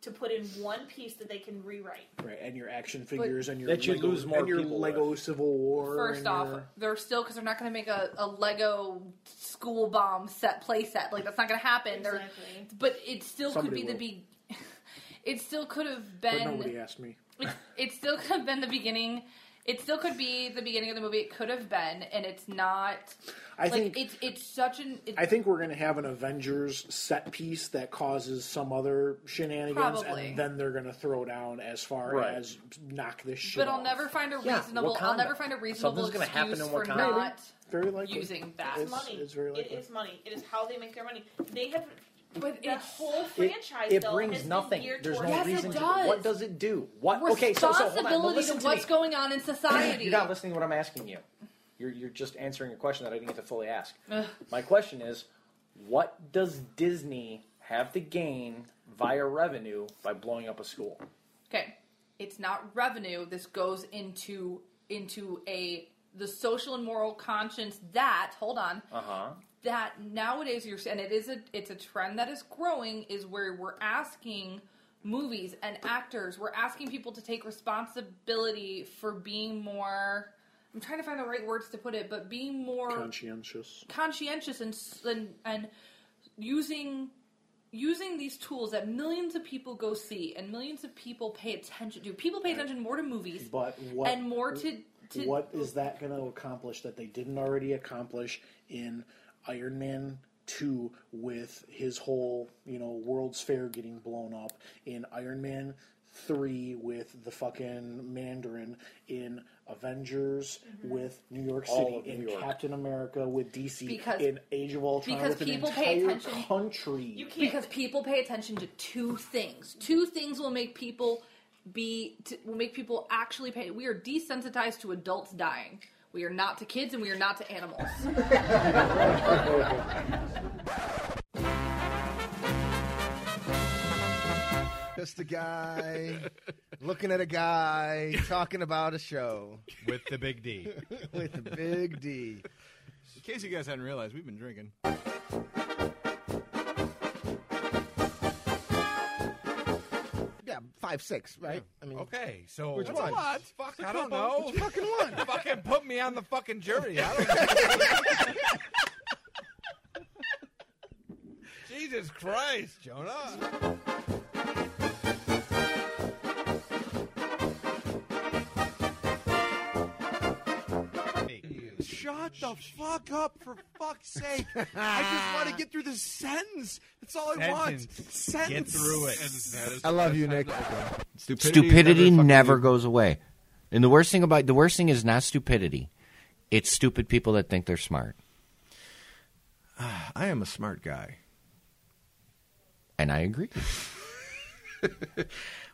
Speaker 14: to put in one piece that they can rewrite.
Speaker 8: Right, and your action figures and your
Speaker 19: That you
Speaker 8: Lego,
Speaker 19: lose more
Speaker 8: and your
Speaker 19: people
Speaker 8: Lego Civil War.
Speaker 29: First
Speaker 8: and
Speaker 29: off,
Speaker 8: your-
Speaker 29: they're still because they're not going to make a, a Lego school bomb set play set. Like that's not going to happen. They're-
Speaker 14: Exactly.
Speaker 29: But it still
Speaker 8: Somebody
Speaker 29: could be
Speaker 8: will.
Speaker 29: the be. It still could have
Speaker 8: but nobody
Speaker 29: been.
Speaker 8: asked me.
Speaker 29: It still could have been the beginning. It still could be the beginning of the movie. It could have been, and it's not.
Speaker 8: I
Speaker 29: like,
Speaker 8: think-
Speaker 29: it's it's such an. It's,
Speaker 8: I think we're going to have an Avengers set piece that causes some other shenanigans,
Speaker 29: Probably.
Speaker 8: and then they're going to throw down as far
Speaker 19: Right.
Speaker 8: as knock this shit.
Speaker 29: but I'll never find a
Speaker 8: Yeah,
Speaker 29: reasonable. I'll
Speaker 8: Wakanda.
Speaker 29: never find a reasonable
Speaker 8: Something's
Speaker 29: excuse
Speaker 8: gonna happen in
Speaker 29: for
Speaker 8: Wakanda.
Speaker 29: not
Speaker 8: very likely
Speaker 29: using that.
Speaker 14: It's, money. It is money. It is how they make their money. They have. But the whole franchise
Speaker 19: it
Speaker 14: though,
Speaker 19: brings
Speaker 14: has been
Speaker 19: nothing.
Speaker 14: geared
Speaker 19: There's no
Speaker 14: towards-
Speaker 19: reason.
Speaker 29: it
Speaker 19: To,
Speaker 29: does.
Speaker 19: what does it do? What? Okay, so, so hold on. No,
Speaker 29: responsibility
Speaker 19: listen
Speaker 29: to
Speaker 19: to
Speaker 29: what's
Speaker 19: me.
Speaker 29: going on in society.
Speaker 19: You're not listening to what I'm asking you. You're, you're just answering a question that I didn't get to fully ask.
Speaker 29: Ugh.
Speaker 19: My question is, what does Disney have to gain via revenue by blowing up a school?
Speaker 29: Okay, it's not revenue. This goes into into a the social and moral conscience that hold on
Speaker 19: Uh huh.
Speaker 29: that nowadays you're and it is a it's a trend that is growing is where we're asking movies and actors we're asking people to take responsibility for being more I'm trying to find the right words to put it but being more
Speaker 8: conscientious.
Speaker 29: conscientious and s- and, and using using these tools that millions of people go see and millions of people pay attention to. People pay attention more to movies
Speaker 8: But what
Speaker 29: and more to, to
Speaker 8: what is that going to accomplish that they didn't already accomplish in Iron Man 2 with his whole, you know, World's Fair getting blown up, in Iron Man 3 with the fucking Mandarin, in Avengers
Speaker 29: Mm-hmm.
Speaker 8: with New York
Speaker 33: All
Speaker 8: City,
Speaker 33: of New
Speaker 8: in
Speaker 33: York.
Speaker 8: Captain America with DC,
Speaker 29: Because-
Speaker 8: in Age of Ultron
Speaker 29: because
Speaker 8: with an
Speaker 29: people
Speaker 8: entire
Speaker 29: pay attention-
Speaker 8: country.
Speaker 29: because people pay attention to two things. Two things will make people be to, will make people actually pay. We are desensitized to adults dying. We are not to kids, and we are not to animals.
Speaker 4: Just a guy looking at a guy talking about a show
Speaker 1: With the big D.
Speaker 4: with the big D.
Speaker 1: In case you guys hadn't realized, we've been drinking.
Speaker 4: Yeah, five, six, right? I mean,
Speaker 6: okay, so
Speaker 4: which
Speaker 6: That's a
Speaker 4: one?
Speaker 6: lot. Fuck, I don't
Speaker 4: Football?
Speaker 6: know.
Speaker 4: Which fucking one?
Speaker 6: fucking put me on the fucking jury. I don't know. Jesus Christ, Jonah. Shut the fuck up for fuck's sake. I just want to get through this sentence. That's all I want.
Speaker 1: Sentence.
Speaker 6: Sentence.
Speaker 1: Get through it.
Speaker 4: I love you, Nick.
Speaker 3: Stupidity, never, goes away. And the worst thing about the worst thing is not stupidity. It's stupid people that think they're smart.
Speaker 6: I am a smart guy.
Speaker 3: And I agree.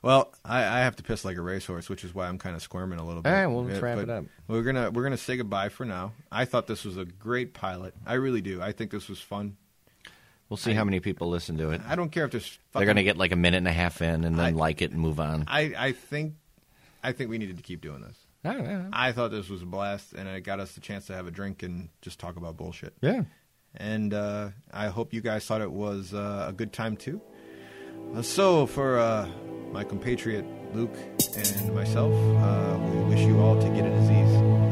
Speaker 1: Well, I, I have to piss like a racehorse, which is why I'm kind of squirming a little bit.
Speaker 3: All right, well, let's wrap
Speaker 1: but
Speaker 3: it up.
Speaker 1: We're gonna we're gonna say goodbye for now. I thought this was a great pilot. I really do. I think this was fun.
Speaker 3: We'll see how many people listen to it.
Speaker 1: I don't care if there's.
Speaker 3: They're going to get like a minute and a half in and then like it and move on.
Speaker 1: I, I think I think we needed to keep doing this. I thought this was a blast, and it got us the chance to have a drink and just talk about bullshit.
Speaker 3: Yeah.
Speaker 1: And uh, I hope you guys thought it was uh, a good time too. Uh, so for uh, my compatriot Luke and myself, uh, we wish you all to get a disease.